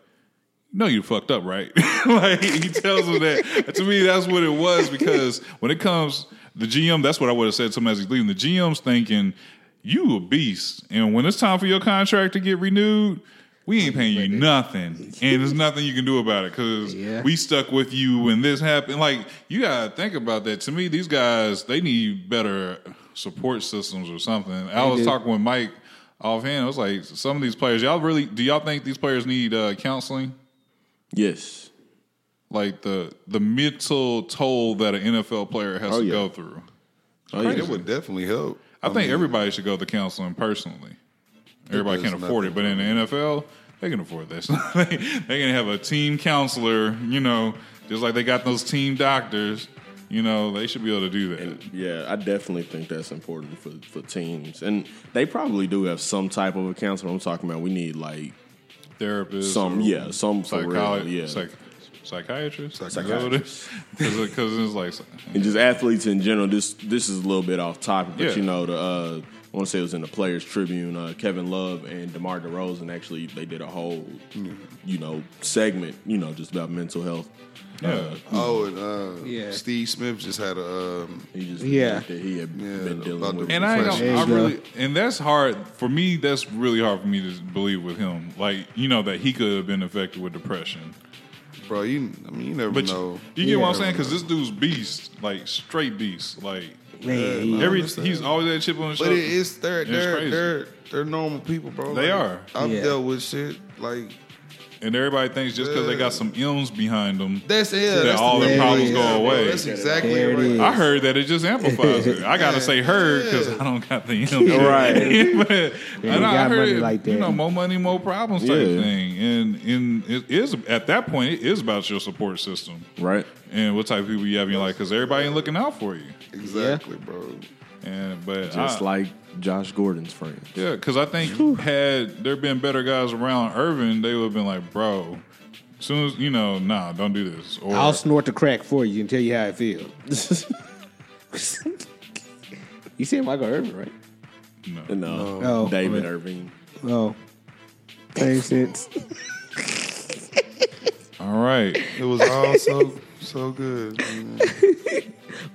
"No, you fucked up, right?" like he tells him that. to me, that's what it was because when it comes the GM, that's what I would have said to him as he's leaving. The GM's thinking, "You a beast," and when it's time for your contract to get renewed. We ain't paying you nothing, and there's nothing you can do about it because Yeah. we stuck with you when this happened. Like you gotta think about that. To me, these guys they need better support systems or something. I was do. talking with Mike offhand, I was like, some of these players, y'all really do y'all think these players need uh, counseling? Yes. Like the the mental toll that an NFL player has Oh, to yeah. go through. Oh, I mean, yeah. it would definitely help. I, think everybody should go to counseling personally. Everybody does can afford it, but in the NFL, they can afford this. they, they can have a team counselor, you know, just like they got those team doctors. You know, they should be able to do that. Yeah, I definitely think that's important for, for teams. And they probably do have some type of a counselor. I'm talking about we need like Therapist, some, or yeah, some for psycholo- real. Yeah. psych- psychiatrist, Psychiatrist. because it's like and just athletes in general. This this is a little bit off topic, but Yeah. you know, the uh, I want to say it was in the Players Tribune. Uh, Kevin Love and DeMar DeRozan actually they did a whole Mm-hmm. you know segment, you know, just about mental health. yeah. Oh, and uh, Yeah. Steve Smith just had a. Um, He just Yeah. that he had been about dealing with. the- And I, ain't gonna- There you I go. really, and that's hard for me. That's really hard for me to believe with him. Like you know that he could have been affected with depression, bro, you. I mean, you never but know. you, you get what I'm Yeah. saying? Because this dude's beast, like straight beast. Like Man, Yeah, he- every, understand. he's always that chip on his But shoulder. it is they're It's they're crazy. they're they're normal people, bro. They Like, are. I've Yeah. dealt with shit like and everybody thinks just because they got some M's behind them, that's yeah. that That's all the their thing. problems Yeah, go bro, away. That's exactly There it right. is. I heard that it just amplifies it. I gotta say heard because I don't got the M. Right. but and I got heard money it, like you that. know more money, more problems type Yeah. thing. And and it is at that point it is about your support system Right. and what type of people you have in your life because everybody ain't looking out for you. Exactly, bro. And but Just I- like Josh Gordon's friends. yeah, because I think had there been better guys around Irvin, they would have been like, bro. Soon as you know, nah, don't do this. Or I'll snort the crack for you and tell you how it feels. you said Michael Irvin, right? no. No, No. David Irving. Oh, same sense. All right, It was all so so good. man.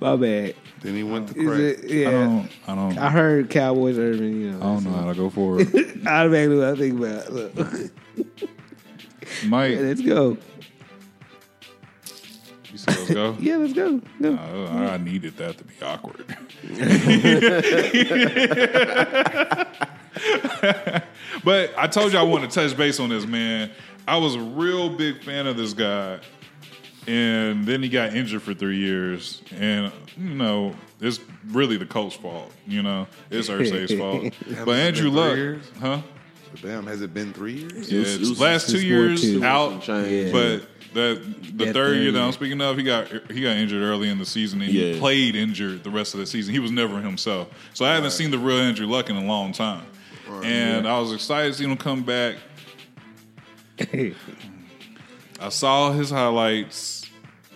My bad. Then he went to Is crack. it- I yeah, don't, I don't, I I heard Cowboys Irvin. You know, don't know how to go forward. automatically what I think about. it. Look, Mike, let's go. you said let's go. Yeah, let's go. Go. Oh, I needed that to be awkward. but I told you I wanted to touch base on this man. I was a real big fan of this guy, and then he got injured for three years, and you know it's really the coach's fault. You know it's Ursay's fault. But Andrew Three Luck, years? huh? Damn, has it been three years? Yeah, was- it's it was- last it's two more years two. out, Change. but that the That third third year that I'm year. speaking of, he got he got injured early in the season, and he Yeah. played injured the rest of the season. He was never himself, so I haven't seen the real Andrew Luck in a long time. and I was excited to see him come back. I saw his highlights.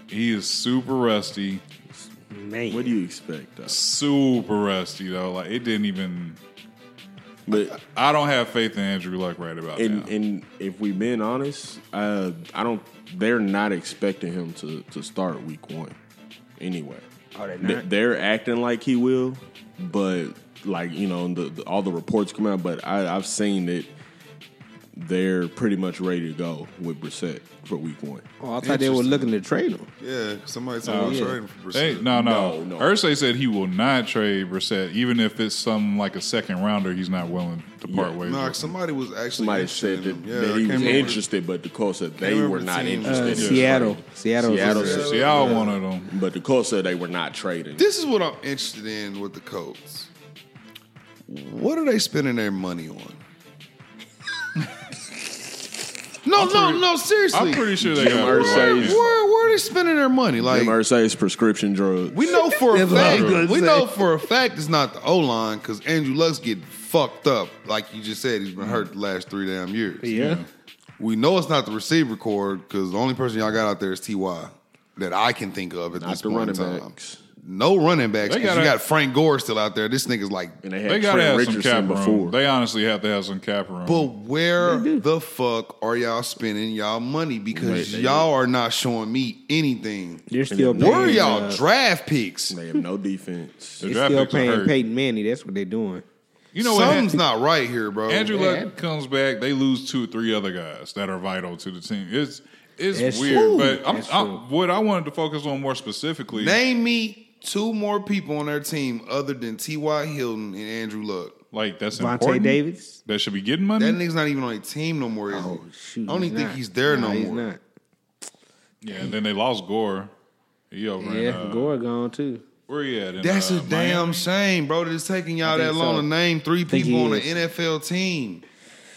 He is super rusty, Man, What do you expect? Though? super rusty though. Like it didn't even. But I don't have faith in Andrew Luck right about And now. and if we've been honest, uh, I don't. They're not expecting him to to start week one, anyway. Oh, they're They- not? They're acting like he will, but like you know, the, the, all the reports come out. But I, I've seen that they're pretty much ready to go with Brissett for week one. oh, I thought they were looking to trade him. Yeah, somebody told me I was yeah. trading for Oh, Hey, Brissett. no, no. No, no. Ursay said he will not trade Brissett, even if it's some like a second rounder. He's not willing to part Yeah. ways. Nah, with. somebody was actually Somebody interested said in that, him. Yeah, that I he can't was remember. interested, but the Colts said they remember were the not team. interested. Uh, in Seattle. trading. Seattle. Seattle Yeah. said, Seattle wanted him. but the Colts said they were not trading. This is what I'm interested in with the Colts. What are they spending their money on? no, no, no. Seriously, I'm pretty sure they Jim got Where, Ursay's- Ursay. where, where are they spending their money? Like Jim Irsay's prescription drugs. we know for a That's what I fact, was gonna we say. know for a fact it's not the O line because Andrew Luck's getting fucked up. Like you just said, he's been hurt the last three damn years. Yeah. We know it's not the receiver core because the only person y'all got out there is Ty that I can think of at Not this the point running in time. backs. No running backs. They 'cause gotta- you got Frank Gore still out there. This nigga's like, and they had They gotta Trent have Richardson some cap room. before. They honestly have to have some cap room. but where the fuck are y'all spending y'all money? Right, Because they- y'all are not showing me anything. They're still Where paying, Where are y'all uh, draft picks? They have no defense. The They're draft still picks are paying hurt. Peyton Manning. That's what they're doing. You know what? Something's hap- not right here, bro. Andrew Yeah. Luck comes back. They lose two or three other guys that are vital to the team. It's it's That's weird. true. But I'm, That's i true. what I wanted to focus on more specifically. Name me two more people on their team other than T.Y. Hilton and Andrew Luck. Like that's Vontae important. Davis. that should be getting money. That nigga's not even on a team no more. Is Oh he? shoot! I don't he's even think not. he's there Nah, no he's more. Not. yeah, and then they lost Gore. He over in, Yeah, uh, Gore gone too. Where he at? In, That's uh, a damn Miami? shame, bro. That it's taking y'all think that long so. to name three Think people he on an is. NFL team.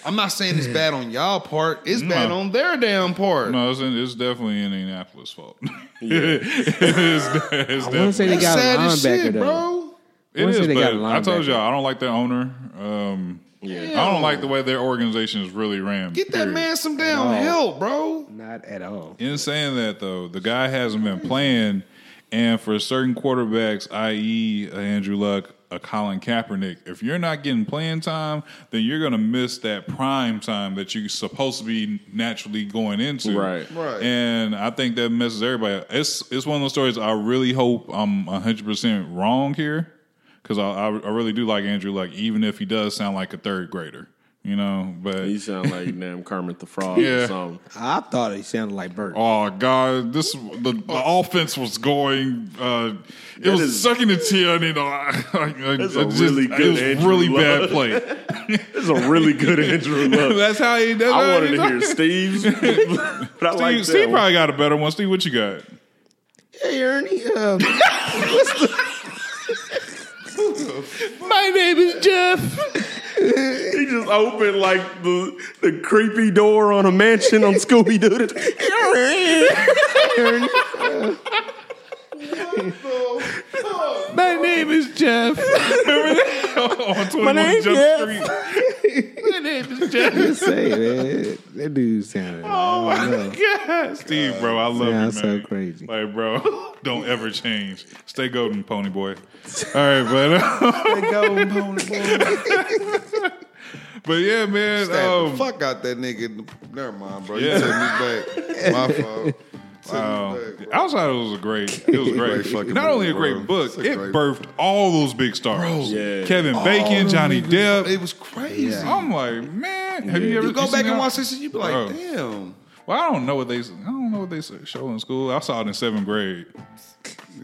I'm not saying it's bad on y'all part. It's bad on their damn part. No, it's, in, it's definitely Indianapolis' fault. it's, it's I want to say they That's got sad a as linebacker shit, though. bro. It Once is, they got but a I told linebacker. y'all I don't like their owner. Um, I don't like the way their organization is really ran. Get that period. man some damn No. help, bro. Not at all. In saying that though, the guy hasn't been playing, and for certain quarterbacks, i.e., a Andrew Luck, a Colin Kaepernick, if you're not getting playing time, then you're gonna miss that prime time that you're supposed to be naturally going into. Right. Right. And I think that messes everybody. Up. It's it's one of those stories. I really hope I'm 100 percent wrong here, because I, I I really do like Andrew Luck, even if he does sound like a third grader. You know, but He sound like damn Kermit the Frog Yeah. or something. I thought he sounded like Bert. Oh God! This the, the offense was going. Uh, it was Oh. is- sucking the tear, you know. I, I, I, That's I a really It good was Andrew really Luck. bad play. This is a really good Andrew Luck. That's how he. That's I how wanted he to hear Steve. Steve's, but I like Steve that one. probably got a better one. Steve, what you got? Hey Ernie, uh, My name is Jeff. he just opened like the the creepy door on a mansion on Scooby Doo. My name is Jeff. My name's Jeff. My name is Jeff. just say man, that dude sounded. Oh my God, Steve, bro, I love sounds you, so man. crazy. Like, bro, don't ever change. Stay golden, Pony Boy. All right, but. But yeah, man. Stab the Um, fuck out that nigga. Never mind, bro. Yeah. Um, You took me back. My fault. Took me wow. back, bro. uh, Outside it was a great, it was great. Great fucking Not only a movie, great bro. book, It's a it great- birthed all those big stars. Yeah. Oh, Kevin Bacon, Johnny Depp. It was crazy. I'm like, man, have you ever You go seen back that? and watch this, and you be like, Bro. damn. Well, I don't know what they, I don't know what they show in school. I saw it in seventh grade.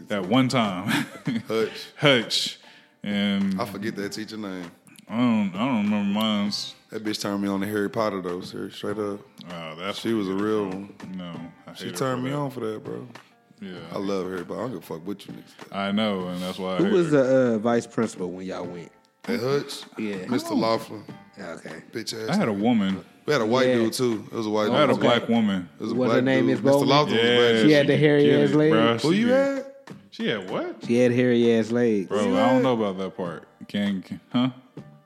That one time, Hutch. Hutch, and I I forget that teacher name. don't, I don't remember mine's. That bitch turned me on to Harry Potter though, sir. Straight up, Oh, that's she was a real one. no. I hate She her for turned me that. on for that, bro. I Yeah, love Harry Potter. I don't give a fuck what you niggas. think. I know, and that's why. I Who hate was her. the uh, vice principal when y'all went? That Hutch, Yeah. Mr. Laughlin, Okay. bitch I ass. had a woman. We had a white Yeah. dude too. It was a white. I had a dude. black woman. It was a What black her name dude. is, Mr. Bo? Laughlin. was Yeah, black. She had the could hairy get ass it, leg. bruh. Who She you did. had? She had what? She had hairy ass legs. Bro, I don't know about that part. Can can- huh?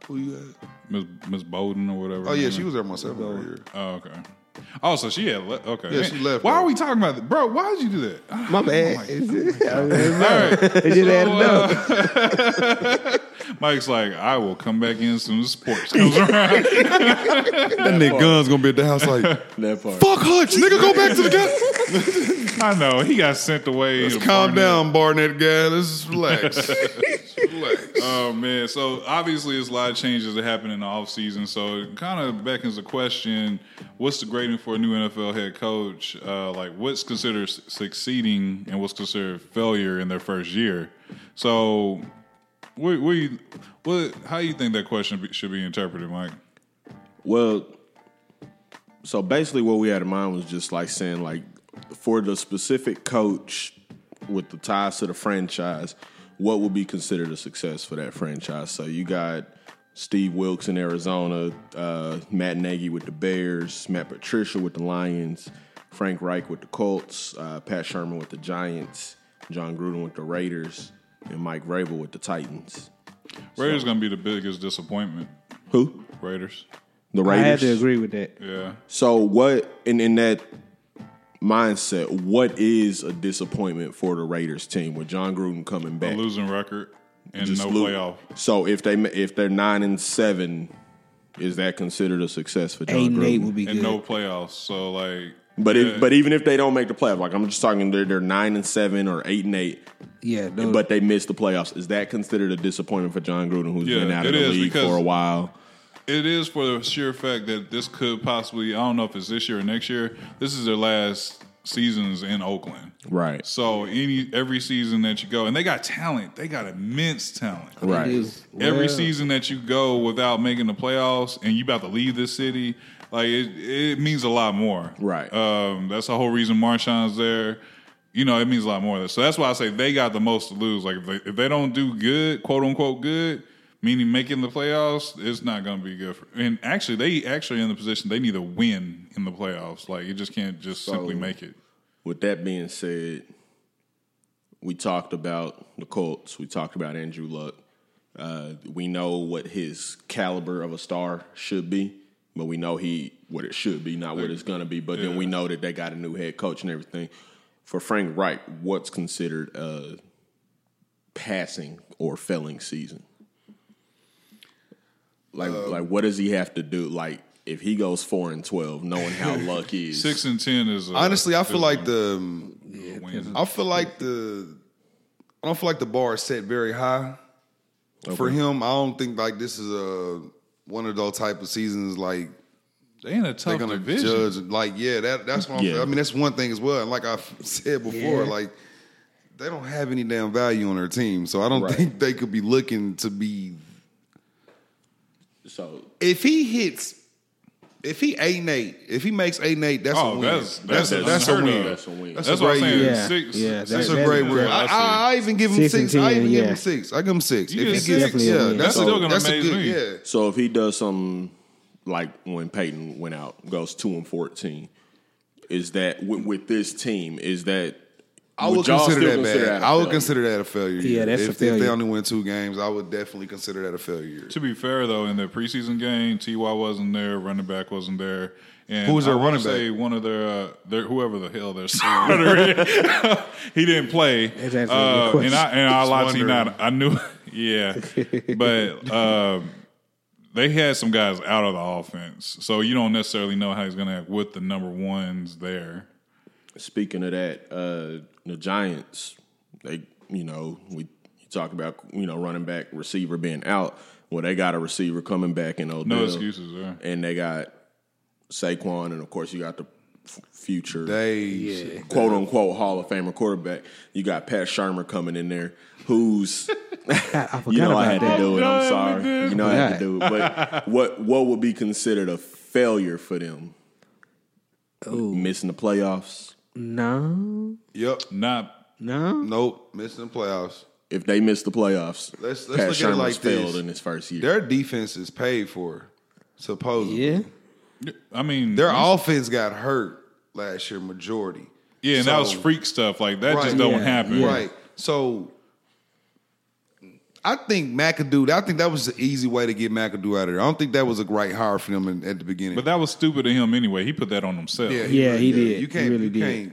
Who you had? Miss Miss Bowden or whatever. Oh her yeah, name she is. was there myself over here. Oh okay. Oh, so she had left. Okay. Yeah, she left, Why bro. are we talking about that, bro? Why did you do that? Ah, My bad. All right. uh, It just added up. Mike's like, I will come back in as soon as sports comes around. That nigga guns gonna be at the house like, fuck That part. Hutch, nigga, go back to the guy. I know he got sent away. to Calm Barnett. down, Barnett guy. Let's just relax. Just relax. Oh man, so obviously there's a lot of changes that happen in the offseason. So it kind of beckons the question, what's the grading for a new NFL head coach? Uh, like what's considered s- succeeding and what's considered failure in their first year? So what, what, you- what how you think that question be, should be interpreted, Mike? Well, so basically, what we had in mind was just like saying, like, for the specific coach with the ties to the franchise, what would be considered a success for that franchise? So you got Steve Wilkes in Arizona, uh, Matt Nagy with the Bears, Matt Patricia with the Lions, Frank Reich with the Colts, uh, Pat Sherman with the Giants, John Gruden with the Raiders, and Mike Rabel with the Titans. Raiders going to be the biggest disappointment. Who? Raiders. The I Raiders. had to agree with that. Yeah. So what in in that mindset, what is a disappointment for the Raiders team with John Gruden coming A back? losing record and Eh. Just no lo- playoff. So if they if they're nine and seven, is that considered a success for John Eight Gruden? and eight would be And good. no playoffs. So like but yeah. if, but even if they don't make the playoff, like I'm just talking, they're, they're nine and seven or eight and eight, yeah, no. but they miss the playoffs. Is that considered a disappointment for John Gruden, who's Yeah, been out it of the is league because- for a while? It is for the sheer fact that this could possibly, I don't know if it's this year or next year, this is their last seasons in Oakland. Right. So any every season that you go, and they got talent. They got immense talent. Right. Every Well, season that you go without making the playoffs, and you about to leave this city, like it, it means a lot more. Right. Um, that's the whole reason Marshawn's there. You know, it means a lot more. So that's why I say they got the most to lose. Like if they, if they don't do good, quote unquote good, meaning making the playoffs, it's not going to be good. For, and actually, they actually in the position they need to win in the playoffs. Like you just can't just simply make it. With that being said, we talked about the Colts. We talked about Andrew Luck. Uh, we know what his caliber of a star should be, but we know he what it should be, not what it's gonna be. But then we know that they got a new head coach and everything. For Frank Reich, what's considered a passing or failing season? Like, like what does he have to do? Like, if he goes four and twelve, knowing how luck is Six and ten is uh, Honestly, I feel is like a the win. I feel like the I don't feel like the bar is set very high for him. I don't think like this is a one of those type of seasons like They in a they're tough gonna division. judge. Like yeah, that that's what I'm, Yeah. I mean. That's one thing as well. And like I have said before, Yeah. like they don't have any damn value on their team, so I don't Right. think they could be looking to be. so. If he hits, if he eight and eight, if he makes eight and eight, that's Oh, a win. that's- that's a, that's a unheard win. of. That's a win. That's, That's a what I'm great saying. year. Yeah, Six, yeah, six, that- That's six a that- great is- win. I I, see. I, I even give him six. Six and I even 10, give yeah. him six. I give him six. You if get he gets, six, yeah, Definitely a win. that's, That's still a, gonna that's a amaze good. me. Yeah, So if he does something like when Peyton went out, goes two and fourteen, is that with, with this team? Is that I would y'all consider still that bad. that a I would failure? consider that a failure. Yeah, that's a if, If failure. they only win two games, I would definitely consider that a failure. To be fair, though, in their preseason game, Ty wasn't there, running back wasn't there. And Who was their I wanna running back? Say one of their, uh, their whoever the hell their starter is. he didn't play. actually a good Uh, and I and I lied to you wondering. not. I knew, yeah, but. Um, they had some guys out of the offense, so you don't necessarily know how he's going to act with the number ones there. Speaking of that, uh, the Giants, they you know we talk about you know running back receiver being out. Well, they got a receiver coming back in Odell. No excuses there. And they got Saquon, and of course you got the f- future. They quote unquote Hall of Famer quarterback. You got Pat Shermer coming in there, who's you know I had about to do it. I'm I'm done sorry, with this. you know I had to do it. But what what would be considered a failure for them? Missing the playoffs. No, Yep. Not no. Nope. Missing the playoffs. If they miss the playoffs, Let's- let's Pat look at it Shermer's like this. failed in his first year. Their defense is paid for, supposedly. Yeah, I mean, Their offense got hurt last year, majority. yeah, and that was So- freak stuff. Like that just Right. don't Yeah, happen. Right. So I think McAdoo, I think that was the easy way to get McAdoo out of there. I don't think that was a great hire for them in, at the beginning. But that was stupid of him anyway. He put that on himself. Yeah, he really did. You He can't, really you did. can't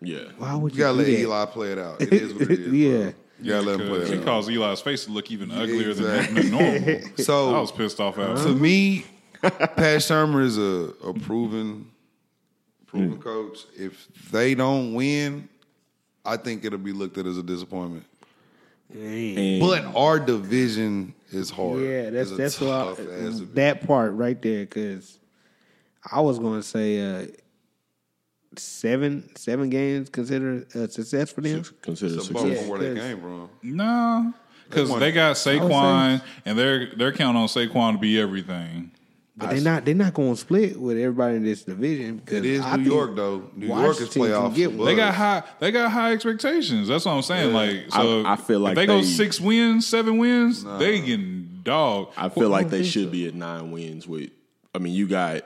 yeah, why would You you, gotta let do that? Eli play it out. It is what it is. bro. Yeah. You gotta let him play Because it he out. caused Eli's face to look even uglier exactly. than, than normal. So I was pissed off at to him. me, Pat Shermer is a, a proven Hmm. proven coach. If they don't win, I think it'll be looked at as a disappointment. and But our division is hard. Yeah, that's It's a that's why tough ass division. that part right there. Because I was going to say uh, seven seven games considered a success for them. considered It's a bummer success. from where they Yeah, came from. No, because they got Saquon, and they're they're counting on Saquon to be everything. But they're not they're not going to split with everybody in this division. Because It is I New think York though. New York is Washington can playoffs. get above. one. They got high. They got high expectations. That's what I'm saying. Like, so I- I feel like if they, go they- six wins, seven wins, they getting dog. I feel like they should be at nine wins. With I mean, you got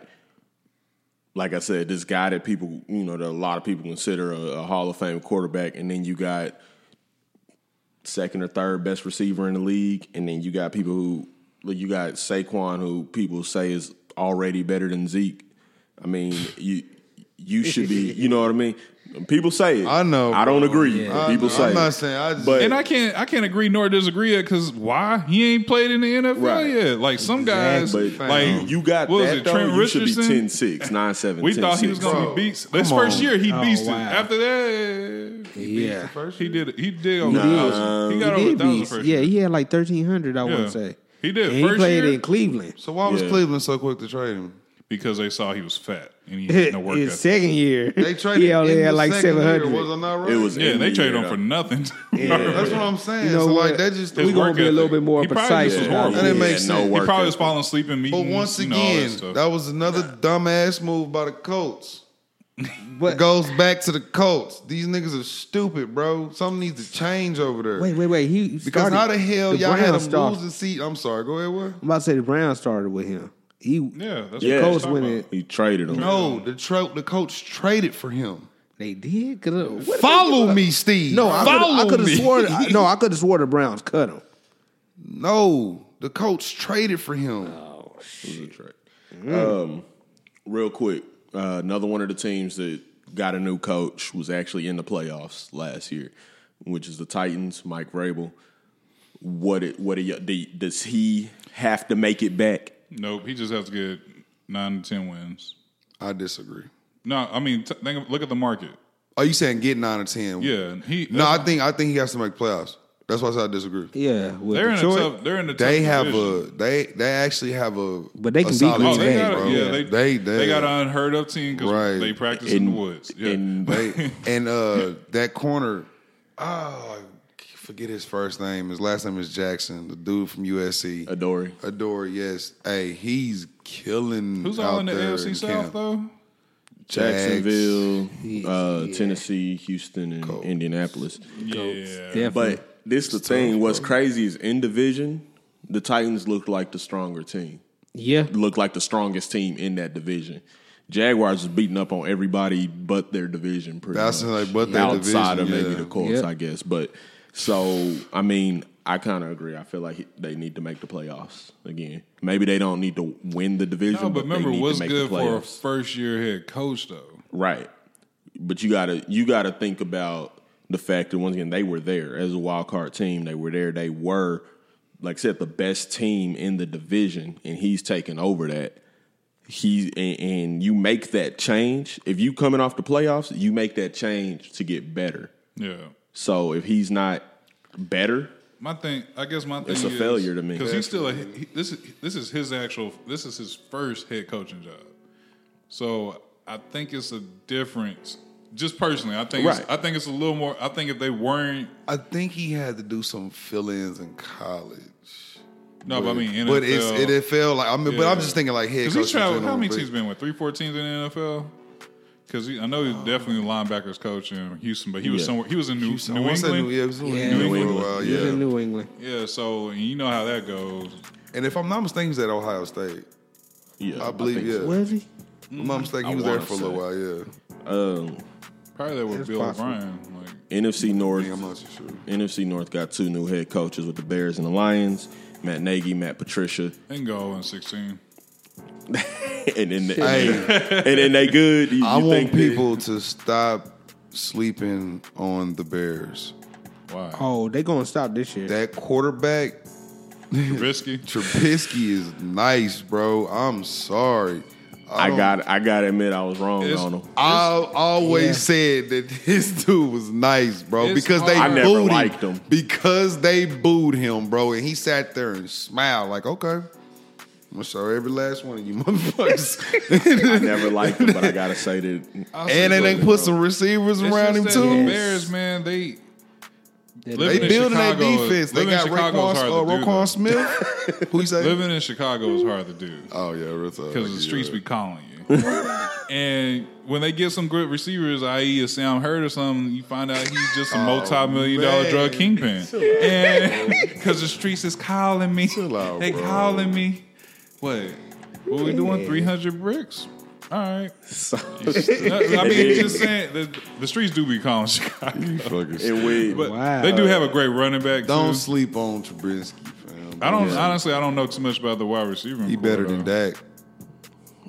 like I said, this guy that people you know that a lot of people consider a, a Hall of Fame quarterback, and then you got second or third best receiver in the league, and then you got people who like, you got Saquon, who people say is already better than Zeke. I mean, you you should be, you know what I mean. People say it. I know, I don't bro. agree. People I'm say not it. saying- I just- but and I can't I can't agree nor disagree because why he ain't played in the NFL Right. yet? Like some guys, But like you got what was that it, though, Trent you should be Richardson? 10-6, 9-7, We thought he was 10-6. going to Bro, be beast. This come first on. year, he Oh, beasted. wow. After that, Yeah, he did. He did over Nah. a thousand. He got he over a did thousand beat. first Yeah, year. he had like thirteen hundred. I Yeah. want to say He did. And he First played year? in Cleveland. So why was Yeah. Cleveland so quick to trade him? because they saw he was fat. and he had no work His ethic. second year, They traded he only in had the like second seven year, hundred. Was I not right? It was Yeah, in they the traded year, him for though. nothing. That's what I'm saying. You know so what? like that just We His gonna work be a little ethic. bit more He probably precise. just was about horrible. That didn't it. make Yeah, no sense. He work probably was ethic. falling asleep and But meeting. once you know, all that again, stuff. that was another dumbass move by the Colts. But- it goes back to the Colts. These niggas are stupid, bro. Something needs to change over there. Wait, wait, wait. He because started- how the hell y'all had Browns him started- lose the seat? I'm sorry. Go ahead. What? I'm about to say the Browns started with him. He yeah, that's Yeah. what I was Colts talking went about. in. He traded him. No, the tro- the coach traded for him. They did. 'Cause, uh, what if they Follow give up? me, Steve. No, I coulda- follow I could have me. sworn. I, no, I could have swore the Browns cut him. No, the coach traded for him. It was a trade. Um, real quick, uh, another one of the teams that got a new coach was actually in the playoffs last year, which is the Titans. Mike Vrabel. What it, what it, do, does he have to make it back? Nope, he just has to get nine to ten wins. I disagree. No, I mean, t- think of, look at the market. Are you saying get nine or ten? Yeah, he. No, I think I think he has to make playoffs. That's why I said I disagree. Yeah, with they're in a Detroit. tough. They're in a tough. They have division. a they they actually have a But they a can beat solid Green Oh, team, they Bay, got. bro. A, yeah, they, they they got an unheard of team because Right. they practice in, In- the woods. Yeah, And They- and uh, that corner. Oh, I forget his first name. His last name is Jackson. The dude from USC. Adore. Adore, yes. Hey, he's killing. who's out all in the there AFC in South camp. though? Jacksonville, uh, Tennessee, Houston, and Indianapolis. Yeah, Definitely. But this the thing. What's crazy is in division, the Titans looked like the stronger team. yeah, Looked like the strongest team in that division. Jaguars was beating up on everybody but their division. Pretty That's much. like but their outside division, of maybe yeah. the Colts, Yep. I guess. But so I mean, I kind of agree. I feel like they need to make the playoffs again. Maybe they don't need to win the division. No, but remember, they need what's to make good the for a playoffs. first year head coach though? Right. But you gotta you gotta think about the fact that once again they were there as a wild card team. They were there. They were, like I said, the best team in the division, and he's taken over that. He and, and you make that change. If you coming off the playoffs, you make that change to get better. Yeah. So if he's not better, My thing, I guess my thing It's a is, failure to me. because he's still a he, this is this is his actual this is his first head coaching job. So I think it's a difference. Just personally, I think it's, Right. I think it's a little more. I think if they weren't I think he had to do some fill-ins in college. no, but I mean NFL. But it's it, it felt like I mean, but Yeah. I'm just thinking like head Because coach. he's in traveled. How general, many but- teams been with? Three, four teams in the NFL. Because I know he's definitely a linebackers coach in Houston, but he was Yeah. somewhere. He was in New, So I New wanna say England. New- yeah, it was New Yeah. England for a New while, he was yeah. in New England. yeah, so you know how that goes. And if I'm not mistaken, he's at Ohio State. yeah, I believe, think yeah. so. Was he? If I'm not mistaken, I he was there wanna for a little say. while, yeah. Probably that with It's Bill possible. O'Brien. Like, NFC North. I'm not too sure. NFC North got two new head coaches with the Bears and the Lions. Matt Nagy, Matt Patricia. they can go 0 and 16. and then they, Hey, and then they good. You, I you want think that- people to stop sleeping on the Bears. Wow. Oh, they gonna stop this year. That quarterback, Trubisky. Trubisky, is nice, bro. I'm sorry. I don't- got. I got to admit, I was wrong It's- on them. I always Yeah. said that this dude was nice, bro, It's because they hard. I never booed liked him. him. Because they booed him, bro, and he sat there and smiled like, okay, I'm gonna show every last one of you motherfuckers. I never liked them, but I gotta say that. and then they put some receivers It's around him just that too. The Bears, man, they They living in building that Chicago is- defense. They living in got Chicago Roquan, is hard to uh, do, Roquan Smith. Who you say? living in Chicago is hard to do Oh yeah, that's all. because the streets Yeah. be calling you. and when they get some good receivers, i.e., a Sam Hurd or something, you find out he's just a multi-million dollar Oh, man. drug kingpin. And because the streets is calling me, out, they bro. calling me. What? What we doing? Three hundred bricks. All right. I mean, just saying, the, the streets do be calling Chicago. You fucking And we, But Wow. they do have a great running back. Don't too. sleep on Trubisky, fam. I don't honestly. I don't know too much about the wide receiver. He better than Dak.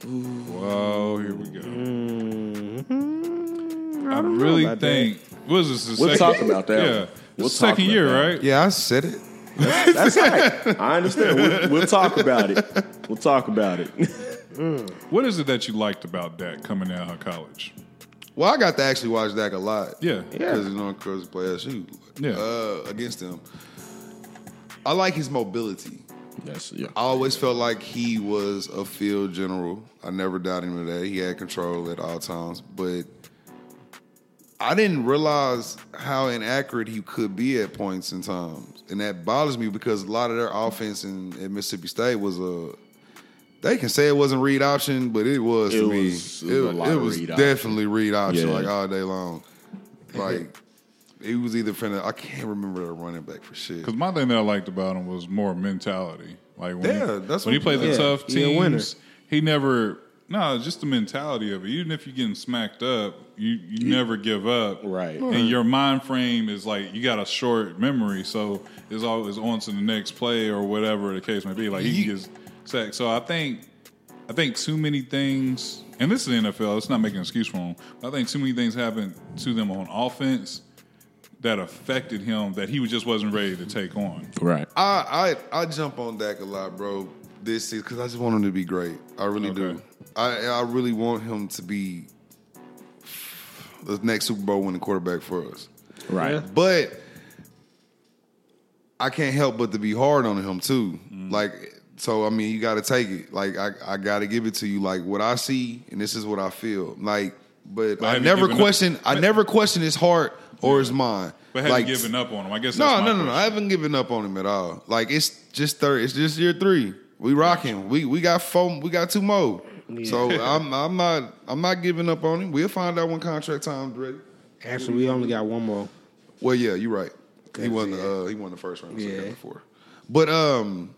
Whoa, Oh, here we go. I really about think what is this? the We'll second- talk about that. Yeah, We'll It's the second talk about year, that. right? Yeah, I said it. that's right. I understand. We'll, we'll talk about it. We'll talk about it. What is it that you liked about Dak coming out of college? Well, I got to actually watch Dak a lot. Yeah, Because you know, because play SU. Yeah. Uh, against them. I like his mobility. That's yeah. I always felt like he was a field general. I never doubted him of that. He had control at all times, but I didn't realize how inaccurate he could be at points in times, and that bothers me because a lot of their offense in at Mississippi State was a. They can say it wasn't read option, but it was It to me. was- it was a lot it of was read option. definitely read option, Yeah. like all day long. Like it was either finna. I can't remember the running back for shit. Because my thing that I liked about him was more mentality. Like when he, Yeah, that's when he what- played the yeah, tough he a winner. teams. He never no, it's just the mentality of it. Even if you're getting smacked up, you, you never give up. Right. And your mind frame is like you got a short memory, so it's always on to the next play or whatever the case may be. Like he gets sacked. So I think I think too many things, and this is the NFL. It's not making an excuse for him. I think too many things happened to them on offense that affected him that he was- just wasn't ready to take on. Right. I I I jump on Dak a lot, bro. This season because I just want him to be great. I really do. Okay. I I really want him to be the next Super Bowl winning quarterback for us. Right. Yeah. But I can't help but to be hard on him too. Mm. Like so, I mean, you got to take it. Like I I got to give it to you. Like what I see, and this is what I feel. Like, but I have you never given up- question. I never question his heart or his mind. But have like, you given up on him? I guess No, that's my no, no, no. I question. haven't given up on him at all. Like it's just third. It's just year three. We rocking. We we got four. We got two more. So I'm I'm not I'm not giving up on him. We'll find out when contract time's ready. Actually, we only got one more. Well, yeah, you're right. He That's won the it. uh, he won the first round. So he got Yeah. the four. But um,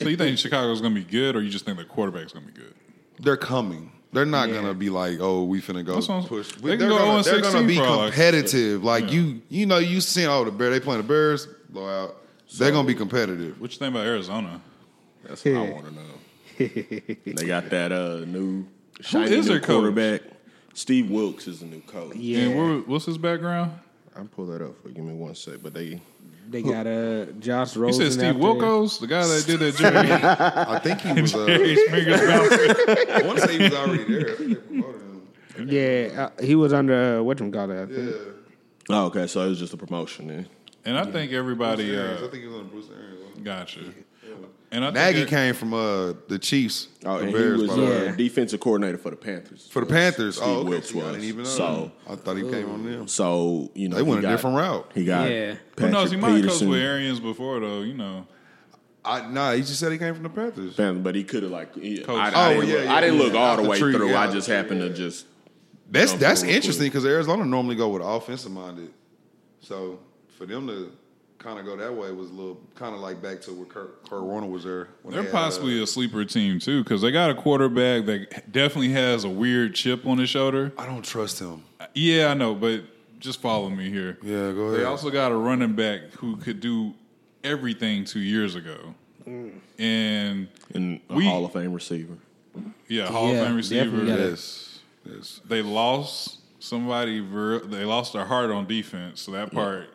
So you think Chicago's going to be good, or you just think the quarterback's going to be good? they're coming. They're not Yeah. gonna be like, oh, we finna go That's what I'm- push. they can they're go gonna, 0 they're gonna 16 be for all that. competitive. Like you, you know, you seen oh the bear they playing the Bears blowout. they're gonna be competitive. What you think about Arizona? That's what I want to know. they got that uh, new shiny is new their coach? quarterback. Steve Wilkes is the new coach. Yeah, And what, what's his background? I'll pull that up. For, give me one sec. But they they got uh Josh You Rosen. said Steve out there. Wilkos, the guy that did that Jerry, I think he was. Uh, Jerry's fingers bouncing. I want to say he was already there. I think they promoted him. Yeah, uh, he was under uh, what you call that? Oh, okay. So it was just a promotion then. And I think everybody uh, he was on Bruce Arians. got you. And I Nagy think came from uh, the Chiefs. Oh, the and Bears, he was by the way. uh, defensive coordinator for the Panthers. for the Panthers. Steve oh, okay. Wilkes See, I was. didn't even know. So- that. I thought he came on them. So you know They went he a got- different route. He got Yeah. Who knows? He might have coached Peterson. with Arians before, though. You know, I, nah, he just said he came from the Panthers. Pan- But he could have like. He, Coach. I, Oh, I didn't, yeah, look, yeah, I didn't yeah. look all Out the the way tree, through. yeah, I out just the tree, happened yeah. to just. That's Jump that's real quick. interesting because Arizona normally go with offensive minded. So for them to kind of go that way was a little kind of like back to where Kurt, Kurt Warner was there. When they're they had, possibly uh, a sleeper team too because they got a quarterback that definitely has a weird chip on his shoulder. I don't trust him. Yeah, I know, but just follow me here. Yeah, go They ahead. also got a running back who could do everything two years ago. And And a We- Hall of Fame receiver. yeah, Hall Yeah, of Fame receiver. definitely got it. yes, yes. They lost somebody, ver- they lost their heart on defense. So that part,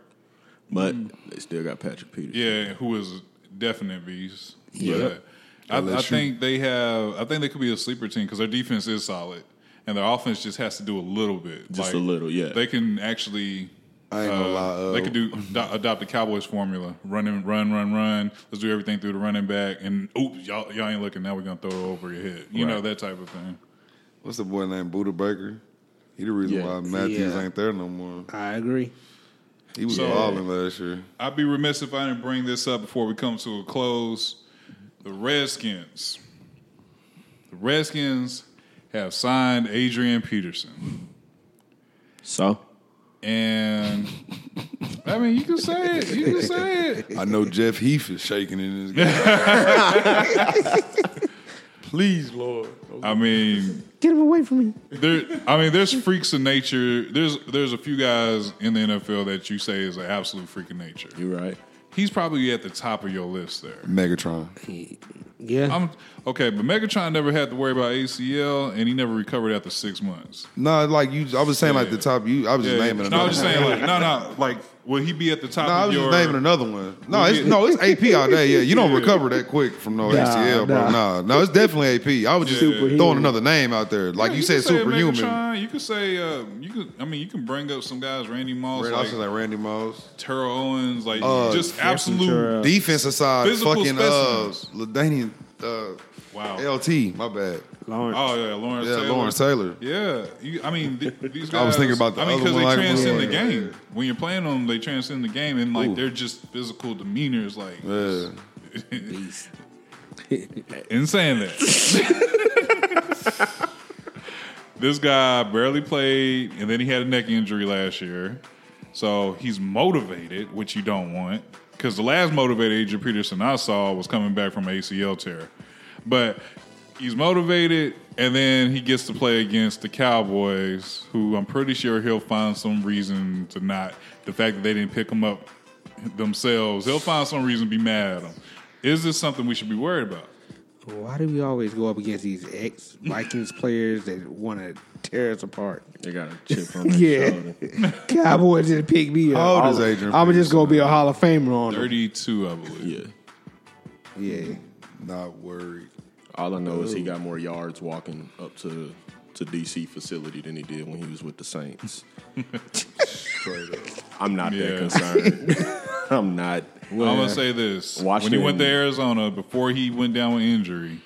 But they still got Patrick Peterson. Mm. yeah, who was a definite beast. Yep. But I, I that's true. think they have, I think they could be a sleeper team because their defense is solid and their offense just has to do a little bit. Just a little, yeah. They can actually. I ain't gonna uh, lie. Uh, they could do ado- adopt the Cowboys formula: run and run, run, run. Let's do everything through the running back, and oops, y'all y'all ain't looking. Now we're gonna throw it over your head. You know Right. that type of thing. What's the boy named Buda Baker? He the reason Yeah. uh, why Matthews Yeah. ain't there no more. I agree. He was So- balling last year. I'd be remiss if I didn't bring this up before we come to a close. The Redskins. The Redskins have signed Adrian Peterson. So And I mean, you can say it. You can say it. I know Jeff Heath is shaking in his game. Please, Lord. I mean, Get him away from me. there I mean there's freaks of nature. There's there's a few guys in the NFL that you say is an absolute freak of nature. you're right. He's probably at the top of your list there. Megatron. Yeah, I'm okay, but Megatron never had to worry about ACL and he never recovered after six monons No, like you, I was saying, like the top. You, I was just naming. No, another I'm just one. saying like no no like Will he be at the top No, I of was your just naming another one. No, We it's get- no, it's AP all day. Yeah, you don't recover that quick from no Nah, ACL, bro. nah. Nah, no, it's definitely AP. I was just Superhuman. throwing another name out there, like Yeah, you, said, can say superhuman. Megatron, You could say uh, you could. I mean, you can bring up some guys, Randy Moss, Red like, Austin like Randy Moss. Terrell Owens, like Uh, just Terrell. absolute. Defensive side, Physical fucking uh, specimens. Ladanian uh, Wow. LT. My bad. Lawrence. Oh yeah, Lawrence. Yeah, Taylor. Lawrence Taylor. Yeah, you, I mean th- these guys. I was thinking about the I mean other because one they like transcend the before. game. When you're playing them, they transcend the game, and like they're just physical demeanors. Like, Yeah. in saying that, this guy barely played, and then he had a neck injury last year. So he's motivated, which you don't want, because the last motivated Adrian Peterson I saw was coming back from ACL tear. But he's motivated, and then he gets to play against the Cowboys, who I'm pretty sure he'll find some reason to not. The fact that they didn't pick him up themselves, he'll find some reason to be mad at him. Is this something we should be worried about? Why do we always go up against these ex Vikings players that want to tear us apart? They got a chip on their Yeah. shoulder. Cowboys didn't pick me up. How old is Adrian I'm just gonna be a Hall of Famer on them. 32, I believe. Yeah. Yeah, Not worried. All I know is he got more yards walking up to to DC facility than he did when he was with the Saints. Straight up. I'm not Yeah. that concerned. I'm not. I'm gonna say this: when Washington- he went to Arizona before he went down with injury.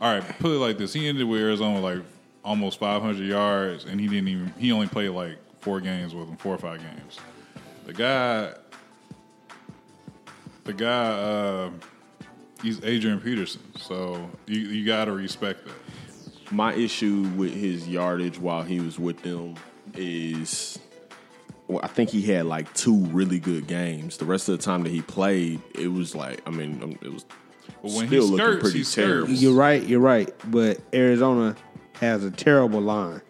All right, put it like this: he ended with Arizona with like almost 500 yards, and he didn't even. He only played like four games with him, four or five games. The guy, the guy, uh, he's Adrian Peterson, so you you gotta respect that. My issue with his yardage while he was with them is, well, I think he had like two really good games. The rest of the time that he played, it was like, I mean, um, it was But when still he looking skirts, pretty he terrible. skirts. you're right. You're right. But Arizona has a terrible line.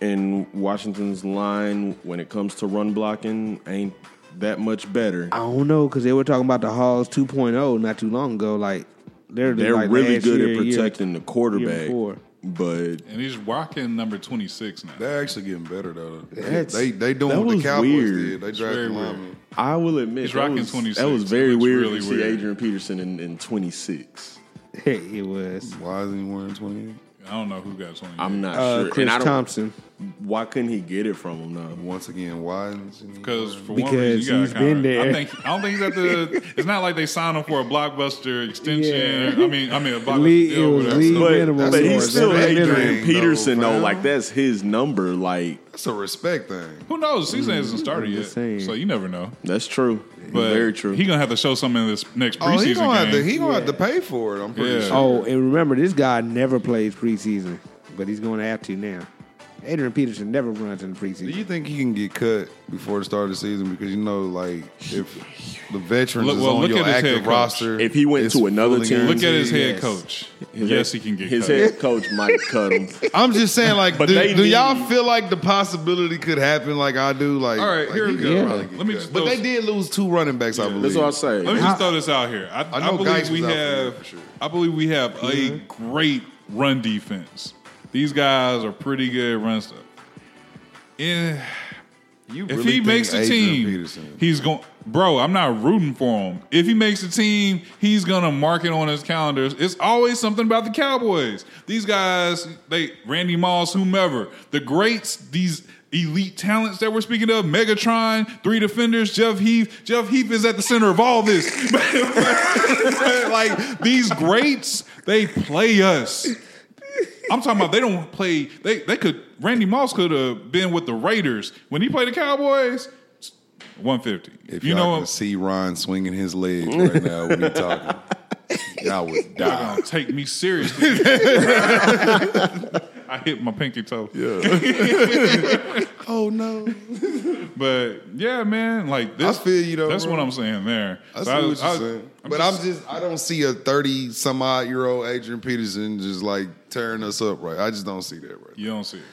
and Washington's line when it comes to run blocking ain't that much better. I don't know because they were talking about the Halls 2.0 not too long ago. Like they're They're like, really last good year, at year- protecting the quarterback, before. but And he's rocking number 26 now. They're actually getting better though. They, That's- they they doing that what the was Cowboys weird. did. They very drafted weird. linemen. I will admit He's that rocking was, 26. That was very Looks weird really to see weird. Adrian Peterson in, in 26. it was Why is he wearing twenty eight? I don't know who got 20. I'm not uh, sure. Chris and I don't, Thompson Why couldn't he get it from him? though? Once again, widens and he Because wearing- for one Because reason, you gotta he's kinda- been there. I, think, I don't think he's at the. it's not like they signed him for a blockbuster extension. Yeah. I mean, I mean a blockbuster Lee- it deal. was whatever. Lee- So, But, Minimum but he's yards. still That's Adrian everything, Peterson though, though. fam. Like that's his number. Like that's a respect thing. who knows? Season hasn't started Mm, I'm yet, just saying. so you never know. that's true. But very true. He gonna have to show something in this next Oh, he preseason gonna have to game. he gonna have to pay for it. I'm pretty Yeah. sure. Oh, and remember, this guy never plays preseason, but he's going to have to now. Adrian Peterson never runs in the Do preseason. you think he can get cut before the start of the season? Because you know, like if the veterans Look- is well, on look your at his head active coach. roster, If he went it's to another fully team- Look at guaranteed. his head Yes. coach. His yes, head- he can get his cut. head coach might cut him. I'm just saying, like, But do, they do need- y'all feel like the possibility could happen? Like I do. Like, All right, like, here he we could go. probably get Let me cut. just but throw- they did lose two running backs. I believe That's what I say. Let me just throw this out here. I, I, know Geis believe we was out for that, for have. sure. I believe we have a great run defense. These guys are pretty good run stuff. Yeah. You If really he makes the think team, Adrian Peterson- he's going. Bro, I'm not rooting for him. If he makes the team, he's gonna mark it on his calendars. It's always something about the Cowboys. These guys, they Randy Moss, whomever, the greats, these elite talents that we're speaking of, Megatron, three defenders, Jeff Heath. Jeff Heath is at the center of all this. like these greats, they play us. I'm talking about they don't play. They they could. Randy Moss could have been with the Raiders when he played the Cowboys. 150. If you you all know, can see Ron swinging his legs right now when he talking, y'all would you're die. gonna take me seriously. I hit my pinky toe. Oh no! But yeah, man, like this. I feel you though, That's bro. what I'm saying there. I see So I- what you're I- saying, I'm but just- I'm just I don't see a thirty some odd year old Adrian Peterson just like tearing us up. Right, I just don't see that. Right, you don't see it.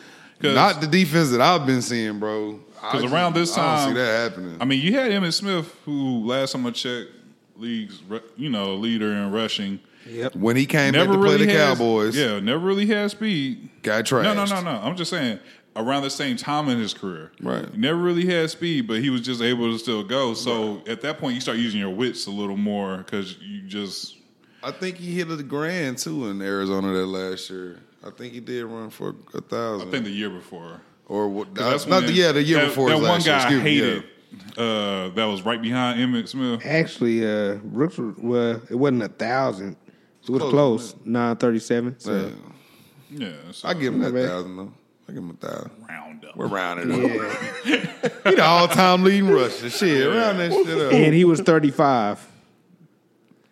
'Cause- not the defense that I've been seeing, bro. I Because just- around this time, I don't see that happening. I mean, you had Emmett Smith, who last time I checked, leagues, re- you know, leader in rushing. Yep. when he came in Never to really play the had- Cowboys, Yeah, never really had speed. got trashed. No, no, no, no. I'm just saying around the same time in his career. Right. He never really had speed, but he was just able to still go. So at that point, you start using your wits a little more because you just I think he hit a grand too in Arizona that last year. I think he did run for a thousand. I think the year before. or what? That's That's Uh, not the, when- yeah, the year that- before. That his one last year. guy Excuse I me, yeah. hated. Uh, that was right behind Emmett Smith. Actually, uh, Brooks was, well, it wasn't a thousand. It was Close, close, nine thirty-seven. So Yeah. Yeah, so I give him that Right. thousand though. I give him a thousand. round up. We're rounding yeah. up. He the all time leading rusher. Shit, round that shit up, and he was thirty-five.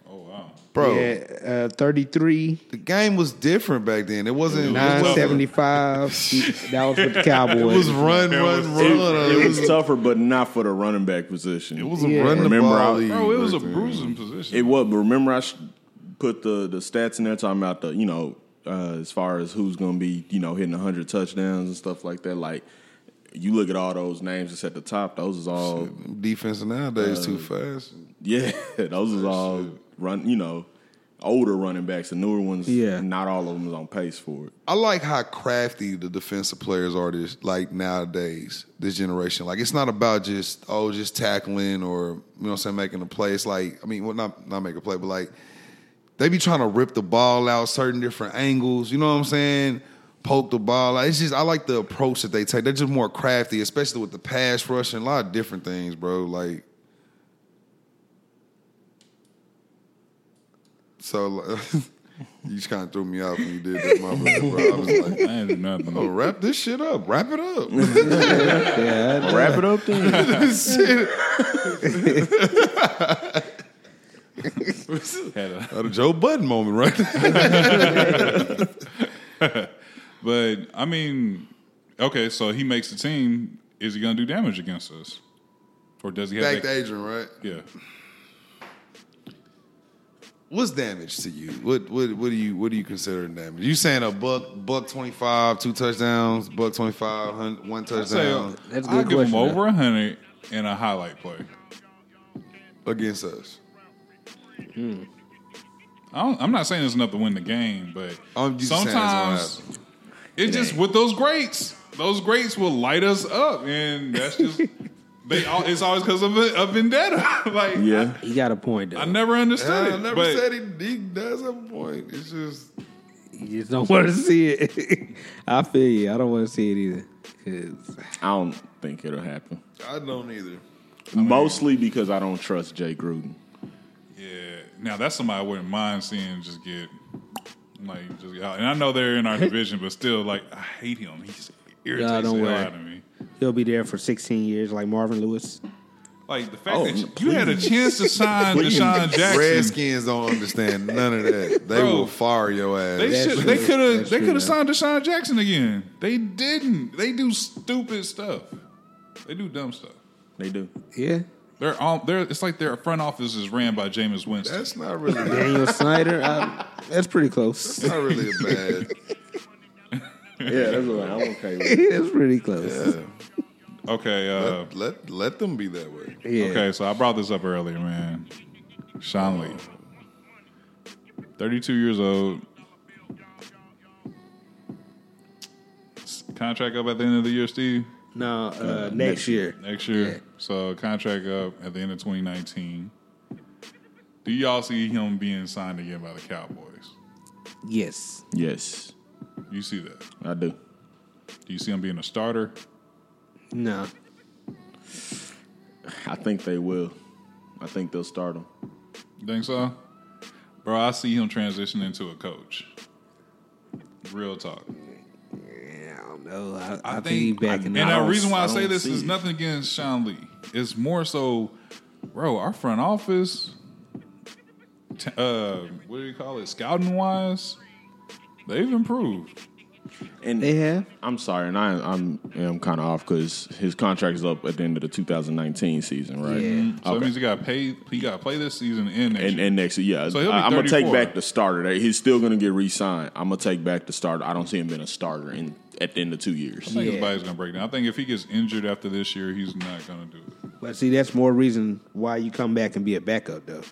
Oh wow, bro. Yeah, uh, thirty-three, The game was different back then. It wasn't. nine it wasn't- seventy-five. that was with the Cowboys. It was run, It was- run, run. It was tougher, but not for the running back position. It was a Yeah. run the Remember, I- ball league. bro, it was a back then. bruising position. It was, but remember I sh- put the the stats in there talking about the you know uh, as far as who's going to be you know hitting hundred touchdowns and stuff like that. Like you look at all those names that's at the top; those is all Defense nowadays too fast. yeah, those is all run you know older running backs. The newer ones, Yeah. not all of them is on pace for it. I like how crafty the defensive players are this like nowadays, this generation. Like it's not about just oh just tackling or you know what I'm saying making a play. It's like I mean well not not make a play, but like they be trying to rip the ball out certain different angles, you know what I'm saying? Poke the ball. out. It's just I like the approach that they take. They're just more crafty, especially with the pass rush and a lot of different things, bro. Like so like, you just kind of threw me off when you did that, mama. Bro. I was like, I ain't do nothing. Oh, wrap this shit up. Wrap it up. yeah, Wrap it up then. shit. Oh. Had a- Had a Joe Budden moment right there. but I mean, okay, so he makes the team. Is he gonna do damage against us, or does he have Back to that? Adrian, right? Yeah, What's damage to you? What what what do you what do you consider damage? You saying a buck buck twenty five, two touchdowns, buck 25, hun- one so touchdown That's a I'll good give him question, over a hundred and a highlight play. against us. I don't, I'm not saying it's enough to win the game, but I'm Oh, just saying it's sometimes it's just with those greats. Those greats will light us up, and that's just they. All, it's always because of a, a vendetta. like Yeah, he got a point though. I, I never understood I it. never but said he, he does have a point. It's just You just don't want to see it. I feel you. I don't want to see it either. 'Cause- I don't think it'll happen. I don't either. Mostly because I don't trust Jay Gruden. Yeah. Now that's somebody I wouldn't mind seeing just get like just get out. And I know they're in our division, but still, like I hate him. He's irritates Nah, don't the hell worry. out of me. He'll be there for 16 years, like Marvin Lewis. Like the fact Oh, that you, please. you had a chance to sign Deshaun Jackson. Redskins don't understand none of that. They Bro. will fire your ass. They That's should. true. They could That's have. They true, could have man. signed Deshaun Jackson again. They didn't. They do stupid stuff. They do dumb stuff. They do. Yeah. They're all. They're. It's like their front office is ran by Jameis Winston. That's not really Daniel Snyder. I, that's pretty close. not really a bad. Yeah, that's what I'm okay with. that's pretty close. okay. Uh, Let, let let them be that way. Yeah. Okay, so I brought this up earlier, man. Sean Lee, 32 years old. S- Contract up at the end of the year, Steve. No, uh, next year. Next year. Yeah. So contract up at the end of 2019. Do y'all see him being signed again by the Cowboys? Yes. Yes, You see that? I do. Do you see him being a starter? No. I think they will. I think they'll start him. You think so? Bro, I see him transitioning into a coach. Real talk. Yeah, I don't know. I, I, I think, he's think, back in and the the don't- reason why I, I say don't this see is it. nothing against Sean Lee. It's more so, bro, our front office, t- uh, what do you call it, scouting wise, they've improved. And They have. I'm sorry, and I, I'm I'm kind of off because his contract is up at the end of the 2019 season, right? Yeah. Mhm. Mm-hmm. So Okay. that means he got paid. He got to play this season and next. and year. and next year, yeah, So he'll be I, am gonna take 34. back the starter. They- He's still gonna get re-signed. I'm gonna take back the starter. I don't see him being a starter in at the end of two I years. think Yeah. his body's gonna break down. I think if he gets injured after this year, he's not gonna do it. But see, that's more reason why you come back and be a backup, though.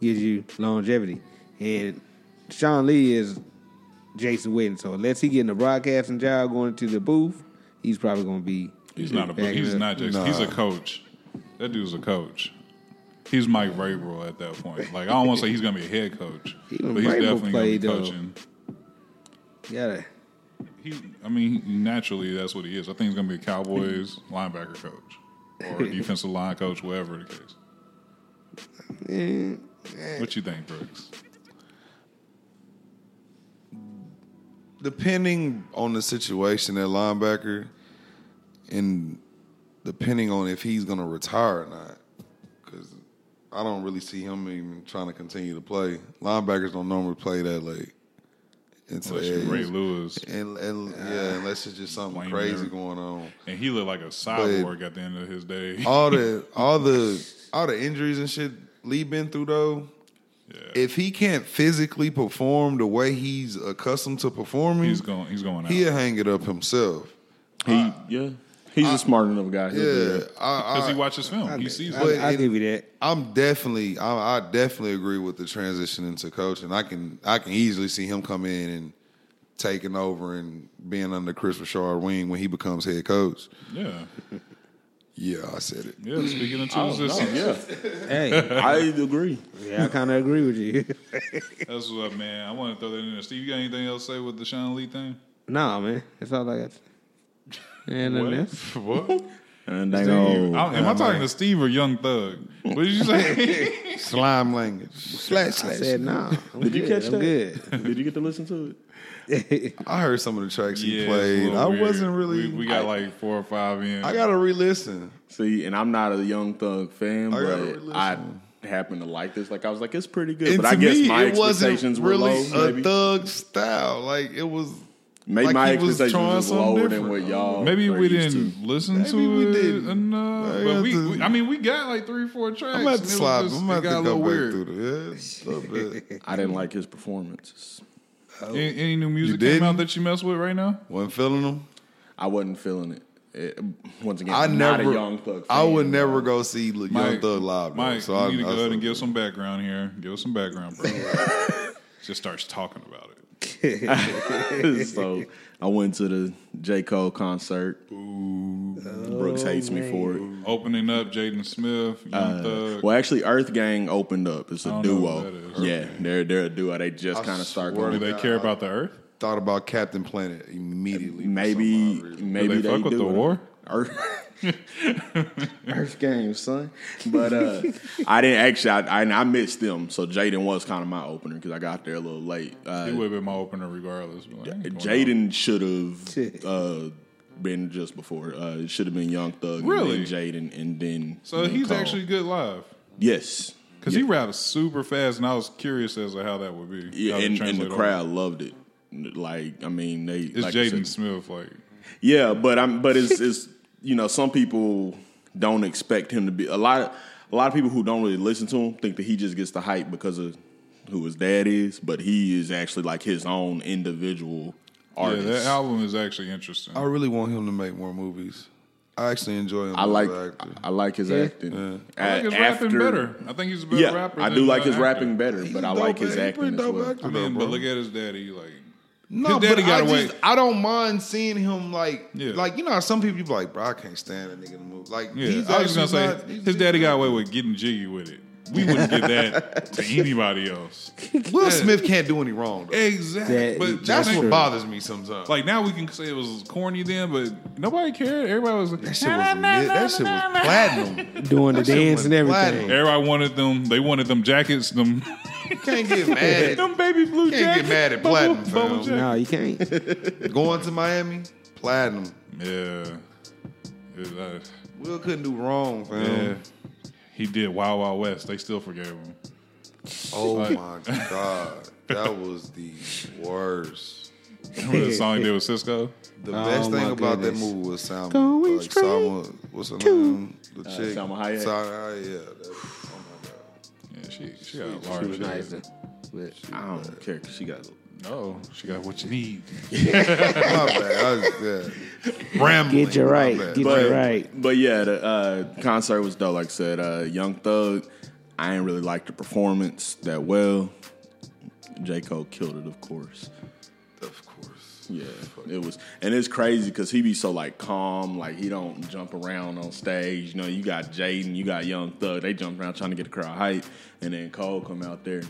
Gives you longevity. And Sean Lee is Jason Witten. So unless he getting a broadcasting job going to the booth, he's probably going to be. He's not a. He's not just. He's a coach. That dude's a coach. He's Mike Vrabel at that point. Like I don't want to say he's gonna be a head coach, He but done he's Vrabel definitely gonna be played, though. coaching. Yeah, He, I mean, he- naturally that's what he is. I think he's gonna be a Cowboys linebacker coach or a defensive line coach, whatever the case. What you think, Brooks? depending on the situation at linebacker, and depending on if he's going to retire or not, because I don't really see him even trying to continue to play. Linebackers don't normally play that late. Into Unless you're the Ray eighties. Lewis, and, and yeah, unless it's just something Wayne crazy Miller. going on. and he looked like a cyborg at the end of his day. All the all the all the injuries and shit Lee been through though. Yeah, If he can't physically perform the way he's accustomed to performing, he's going. He's going out. he'll hang it up himself. uh, He, yeah, he's a smart enough guy. He'll do Yeah, that. I, Because he watches film, he sees I, it. But I in- give you that. I'm definitely, I, I definitely agree with the transition into coaching. I can, I can easily see him come in and taking over and being under Chris Richard wing when he becomes head coach. Yeah, Yeah, I said it. yeah. Speaking of two Oh, no, assistants, yeah, Hey, I agree. yeah, I kind of agree with you. that's what man. I want to throw that in there. Steve, you got anything else to say with the Sean Lee thing? nah, man, that's all I got. And What? then that's what? And they Steve, go, I- am I talking to Steve or Young Thug? What did you say? Slime language. Slash, I slash. said nah. I'm Did you good, I'm catch that? Did you get to listen to it? good. I heard some of the tracks he it's a played. little I weird. wasn't really. We, we got like four or five in. I gotta re-listen. See, and I'm not a Young Thug fan, I Oh, gotta but re-listen. I happen to like this. Like I was like, it's pretty good, And but I to guess me, my it wasn't expectations were really low. a Maybe, thug style. Like it was. maybe like my he was expectations trying was something lower different. than what y'all. Maybe are we used didn't listen Maybe to we it didn't. enough. I but got we, to- we, I mean, we got like three, four tracks. I'm about and to it was slide. just- I'm it about to got a go little back weird. through the yeah, a little bit. to. I didn't like his performances. Any, any new music came didn't? out that you mess with right now? Wasn't feeling them. I wasn't feeling it. It- Once again, I I'm never. not a Young Thug. Fan, I would never go see Young Thug live. bro. Mike, so you I, need to I- go ahead and give some background here. Give us some background, bro. just starts talking about it. so I went to the J Cole concert. Brooks hates me for Oh, it. Opening up, Jaden Smith, Young Uh, Thug. Well, actually, Earth Gang opened up. It's a don't know duo. who that is. Yeah, they're they're a duo. They just kind of start swear Do going. they care about the Earth? thought about Captain Planet immediately. for Maybe some odd reason. maybe Do they fuck with do the it. war? Earth, Earth Gang, son. But uh, I didn't actually. I, I I missed them. So Jaden was kind of my opener because I got there a little late. It Uh, would have been my opener regardless. but I ain't going out. Jaden should have uh, been just before. Uh, it should have been Young Thug. Really? and then Jaden, and then So and then he's Cole. actually good live. yes. Because he raps super fast, and I was curious as to how that would be. Yeah, how to and, and the translate over. crowd loved it. Like I mean, they It's like I said- Jaden Smith. Like, Yeah, but I'm but it's it's you know some people don't expect him to be a lot. Of, a lot of people who don't really listen to him think that he just gets the hype because of who his dad is, but he is actually like his own individual yeah, artist. that album is actually interesting. I really want him to make more movies. I actually enjoy him. I as like an actor. I like his acting. I like his rapping better. I think he's a better Yeah, rapper. I than do like an his actor. rapping better, He's but a I like dope his actor. He's a acting as dope well. actor, I mean, though, but bro. look at his daddy. Like, no, his daddy but I, got away. just, I don't mind seeing him like, Yeah. like you know, how some people be like, bro, I can't stand a nigga in the movie. Like, yeah, he's I was actually just gonna not- say he's- his daddy got away with getting jiggy with it. We wouldn't give that to anybody else. Will Smith can't do any wrong. Though. Exactly. That- but That's I think- what bothers me sometimes. Like now we can say it was corny then, but nobody cared. Everybody was like, that shit was, mid- that shit was platinum. Doing the dance and went everything. Everybody wanted them. They wanted them jackets. Them Can't get mad. at- them baby blue Can't get jackets. mad at bubble- platinum, bubble fam. No, you can't. Going to Miami, platinum. jacket. Yeah. It was, uh, Will couldn't do wrong, fam. yeah. He did Wild Wild West. They still forgave him. Oh my god, that was the worst. Remember the song he did with Cisco? The Oh best my thing about goodness. that movie was Salma. Going like straight Salma, what's her name? The chick. Salma Hayek. Salma Hayek, yeah. that- oh my god. Yeah, she she got a She large. was nice. head. But I don't care. She got No, she got what you need. My bad. I was, yeah. Rambling. get you My right. bad. Get But you right. But yeah, the uh, concert was dope. Like I said, uh, Young Thug, I ain't really like the performance that well. J. Cole killed it, of course. Of course. Yeah, it was, and it's crazy because he be so like calm, like he don't jump around on stage. You know, you got Jaden, you got Young Thug, they jump around trying to get the crowd hype, and then Cole come out there.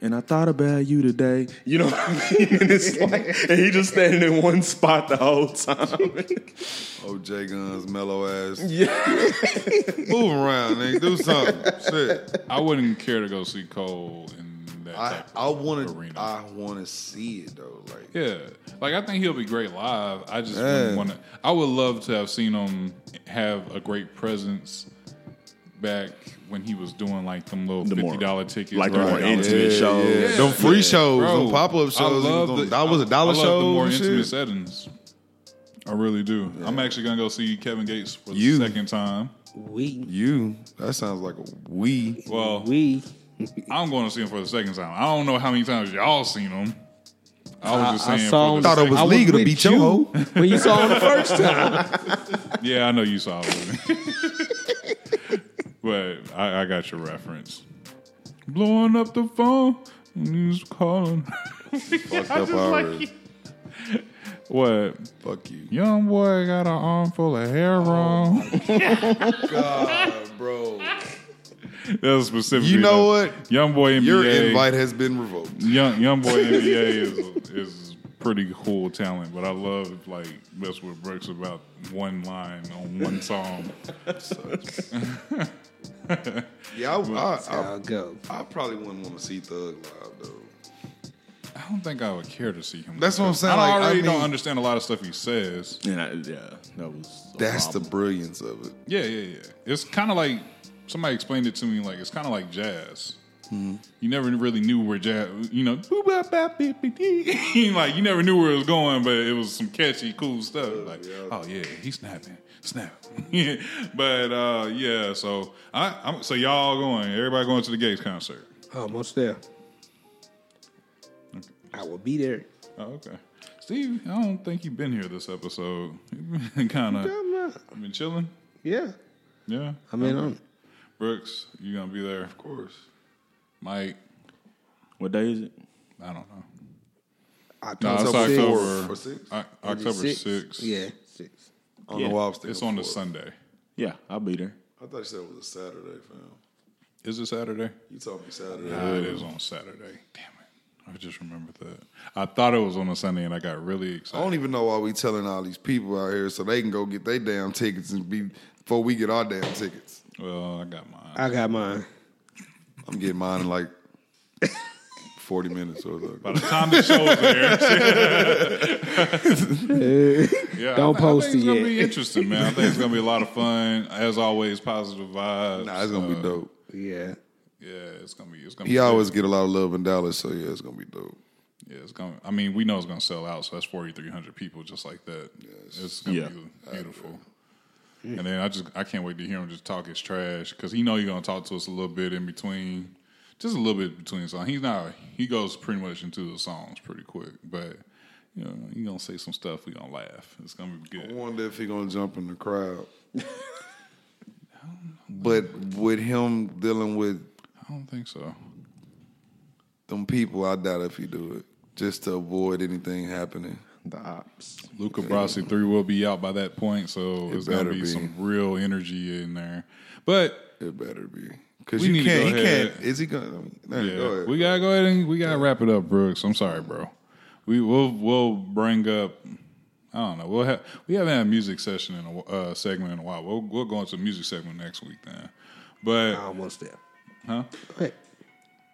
And I thought about you today. You know what I mean? And it's like, and he just standing in one spot the whole time. OJ Guns, mellow ass. Yeah. Move around, nigga. Do something. Shit. I wouldn't care to go see Cole in that I, type I of want arena. to. I want to see it though. Like yeah, like I think he'll be great live. I just Yeah. want to. I would love to have seen him have a great presence back when he was doing like them little The more- fifty dollar tickets, like the right? more intimate shows. yeah. them free shows, Bro, them pop up I shows. love them- the- that was a I- dollar I love show. The more and intimate shit. settings. I really do. I'm actually gonna go see Kevin Gates for the You. second time. We You. That sounds like a we. Well, we I'm going to see him for the second time. I don't know how many times y'all seen him. I was just I- I saying. for saw the him- Thought it was I was legal to with beat your you. hoe. when you saw him the first time. second- yeah, I know you saw it. but I, I got your reference. Blowing up the phone. when He's calling. Fucked up already. What? Fuck you. Young boy got an armful of hair wrong. bro. That's specifically. Oh. You know the- what? Young boy NBA. Your invite has been revoked. Young Young Boy NBA is is pretty cool talent, but I love like that's what Brooks about one line on one song. Yeah, I, I, I'll go. I, I probably wouldn't want to see Thug live though. I don't think I would care to see him. That's what I'm saying, I like, I already mean- don't understand a lot of stuff he says. And I, yeah, that was. a That's the problem. brilliance of it. Yeah, yeah, yeah. It's kind of like somebody explained it to me. Like it's kind of like jazz. You never really knew where jazz. You know, boop, bop, bop, beep, beep, dee. like you never knew where it was going, but it was some catchy, cool stuff. Like, oh yeah, he's snapping, snap. Yeah. but uh, yeah, so I, I'm so y'all going. Everybody going to the Gates concert. Almost there. I will be there. Oh, okay. Steve, I don't think you've been here this episode. You've been kind of been chilling. Yeah. Yeah. I mean, I'm, Brooks, you gonna be there? Of course. Mike, What day is it? I don't know. No, October it's six October or six. O- October six. sixth. Yeah, six. I don't know why I was thinking It's on the four. Sunday. Yeah, I'll be there. I thought you said it was a Saturday, fam. Is it Saturday? You told me Saturday. Nah, it is on Saturday. Damn it! I just remembered that. I thought it was on a Sunday, and I got really I excited. don't even know why we telling all these people out here so they can go get their damn tickets and be before we get our damn tickets. Well, I got mine. I got mine. I'm getting mine in like forty minutes or so. By the time the show's there, yeah, Don't I, thi- post I think it's it gonna yet. be interesting, man. I think it's gonna be a lot of fun. As always, positive vibes. Nah, it's gonna be Uh, dope. Yeah. Yeah, it's gonna be. It's gonna. He be good. always get a lot of love in Dallas, so yeah, it's gonna be dope. Yeah, it's going. to I mean, we know it's going to sell out. So that's forty three hundred people, just like that. It's going to Yeah. be beautiful. And then I just I can't wait to hear him just talk his trash because he know he's going to talk to us a little bit in between, just a little bit between songs. He's not. He goes pretty much into the songs pretty quick, but you know he's going to say some stuff. We going to laugh. It's going to be I good. wonder if he gonna jump in the crowd. but with him dealing with I don't think so. them people, I doubt if he do it. Just to avoid anything happening. The ops. Luca Brasi three will be out by that point, so it's going better to be, be. some real energy in there. But It better be. Cause We you need to can't go he ahead. can't is he gonna I mean, there, Yeah, go ahead. we gotta go ahead and we gotta wrap it up, Brooks. I'm sorry, bro. We will we'll bring up. I don't know. We'll have we haven't had a music session in a wh- uh, segment in a while. We'll we'll go into the music segment next week then. But Almost there. huh? But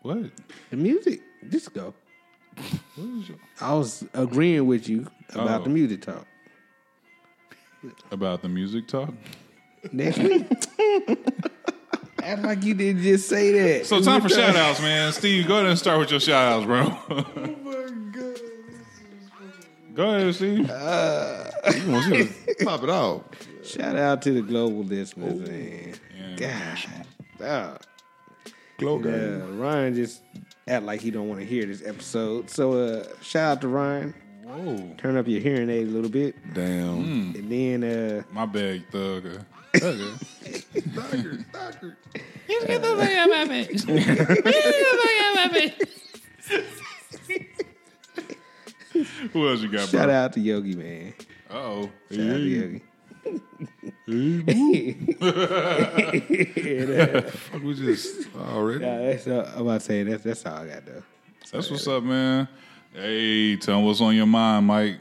What? the music, disco. What is your- I was agreeing with you about Oh. the music talk. about the music talk? Next week. Act like you didn't just say that. So time for shout outs, man. Steve, go ahead and start with your shout outs, bro. go ahead, Steve. You want you to pop it off. Shout out to the global listeners, man. God. Ah. Glow guy. Yeah, Uh, Ryan just act like he don't want to hear this episode. So uh, shout out to Ryan. Whoa. Turn up your hearing aid a little bit, Damn. and then uh, My bad, thugger. Thugger, thugger. Who else you got, Shout bro? out to Yogi, man. Uh oh. Shout out to Yogi. Fuck, we just already. Nah, that's uh, I'm about to say that's that's all I got though. That's what's up, man. Hey, tell 'em what's on your mind, Mike.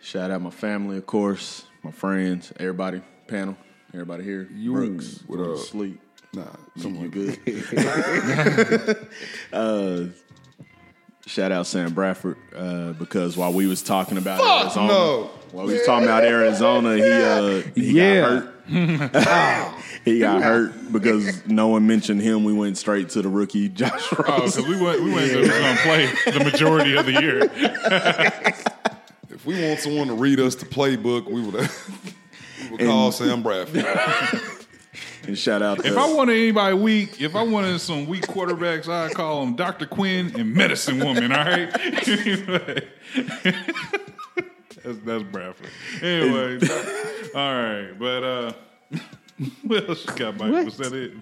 Shout out my family, of course, my friends, everybody, panel, everybody here. You, Brooks, what going to up? Sleep. Nah, You, you good? uh, shout out Sam Bradford uh, because while we was talking about Arizona, no. while we was talking about Arizona, he uh, he Yeah. got hurt. he got hurt because no one mentioned him. We went straight to the rookie Josh Oh, Rosen. because we went, we went to gonna play the majority of the year. if we want someone to read us the playbook, we would, we would call Sam Bradford. And shout out to If I wanted anybody weak, if I wanted some weak quarterbacks, I'd call them Dr. Quinn and Medicine Woman, all right? that's, that's Bradford. Anyway, all right. But uh, what else you got, Mike? Was that it?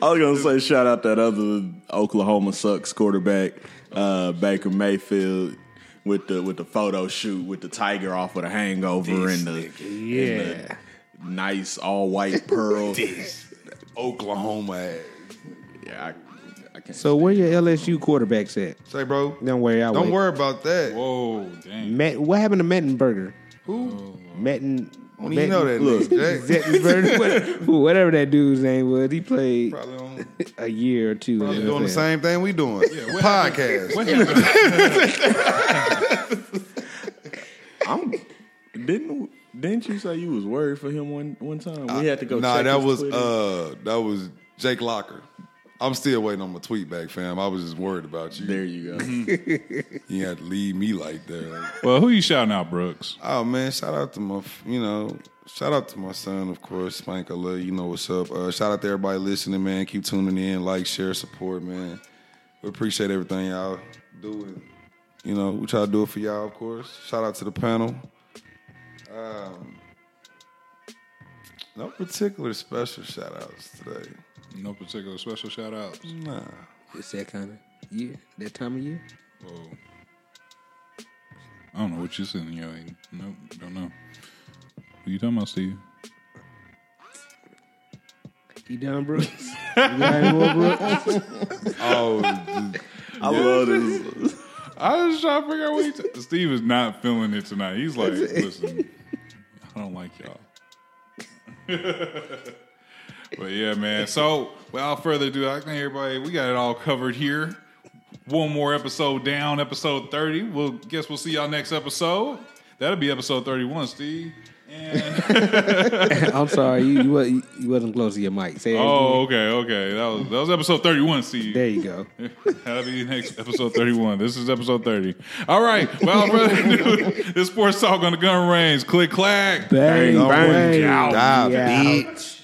I was gonna say shout out that other Oklahoma sucks quarterback, uh, Baker Mayfield, with the with the photo shoot with the tiger off of the hangover and the, and Yeah. the nice all white pearl. Oklahoma ass. yeah, I, I can't. So where your LSU quarterbacks at? Say, bro. Don't worry, I'll Don't wait. worry about that. Whoa, dang. Matt, what happened to Mettenberger? Who? Metten. I don't even know that look, nigga. Jack. Zettenberger, what- whatever that dude's name was, he played Probably on, a year or two. probably in doing the NFL. same thing we doing. Podcast. What happened? I'm didn't didn't you say you was worried for him one one time? We had to go. Nah, check that his was Twitter. uh, that was Jake Locker. I'm still waiting on my tweet back, fam. I was just worried about you. There you Mm-hmm. go. You had to leave me like that. well, who you shouting out, Brooks? Oh man, shout out to my, f- you know, shout out to my son, of course, Spank. I love you. you know what's up. Uh, shout out to everybody listening, man. Keep tuning in, like, share, support, man. We appreciate everything y'all do, and you know we try to do it for y'all, of course. Shout out to the panel. Um, no particular special shout outs today. No particular special shout outs. Nah, It's that kind of year, that time of year. Whoa. I don't know what you said in your Aiden. Nope, don't know. Who you talking about, Steve? You done, Brooks? you got any more, Brooks? I love this. I was trying to figure out what he t- Steve is not feeling it tonight. He's like, listen, I don't like y'all. but yeah, man. So without further ado, I think everybody we got it all covered here. One more episode down, episode thirty. We'll guess we'll see y'all next episode. That'll be episode thirty-one, Steve. And I'm sorry, you, you, wa- you wasn't close to your mic. Say it again. oh, okay, okay. That was that was episode thirty-one, Steve. There you go. That'll be next episode 31. This is episode 30. All right. Well, brother, dude, this sports talk on the gun range. Click, clack. Bang, bang, bang, jow, yeah. bitch.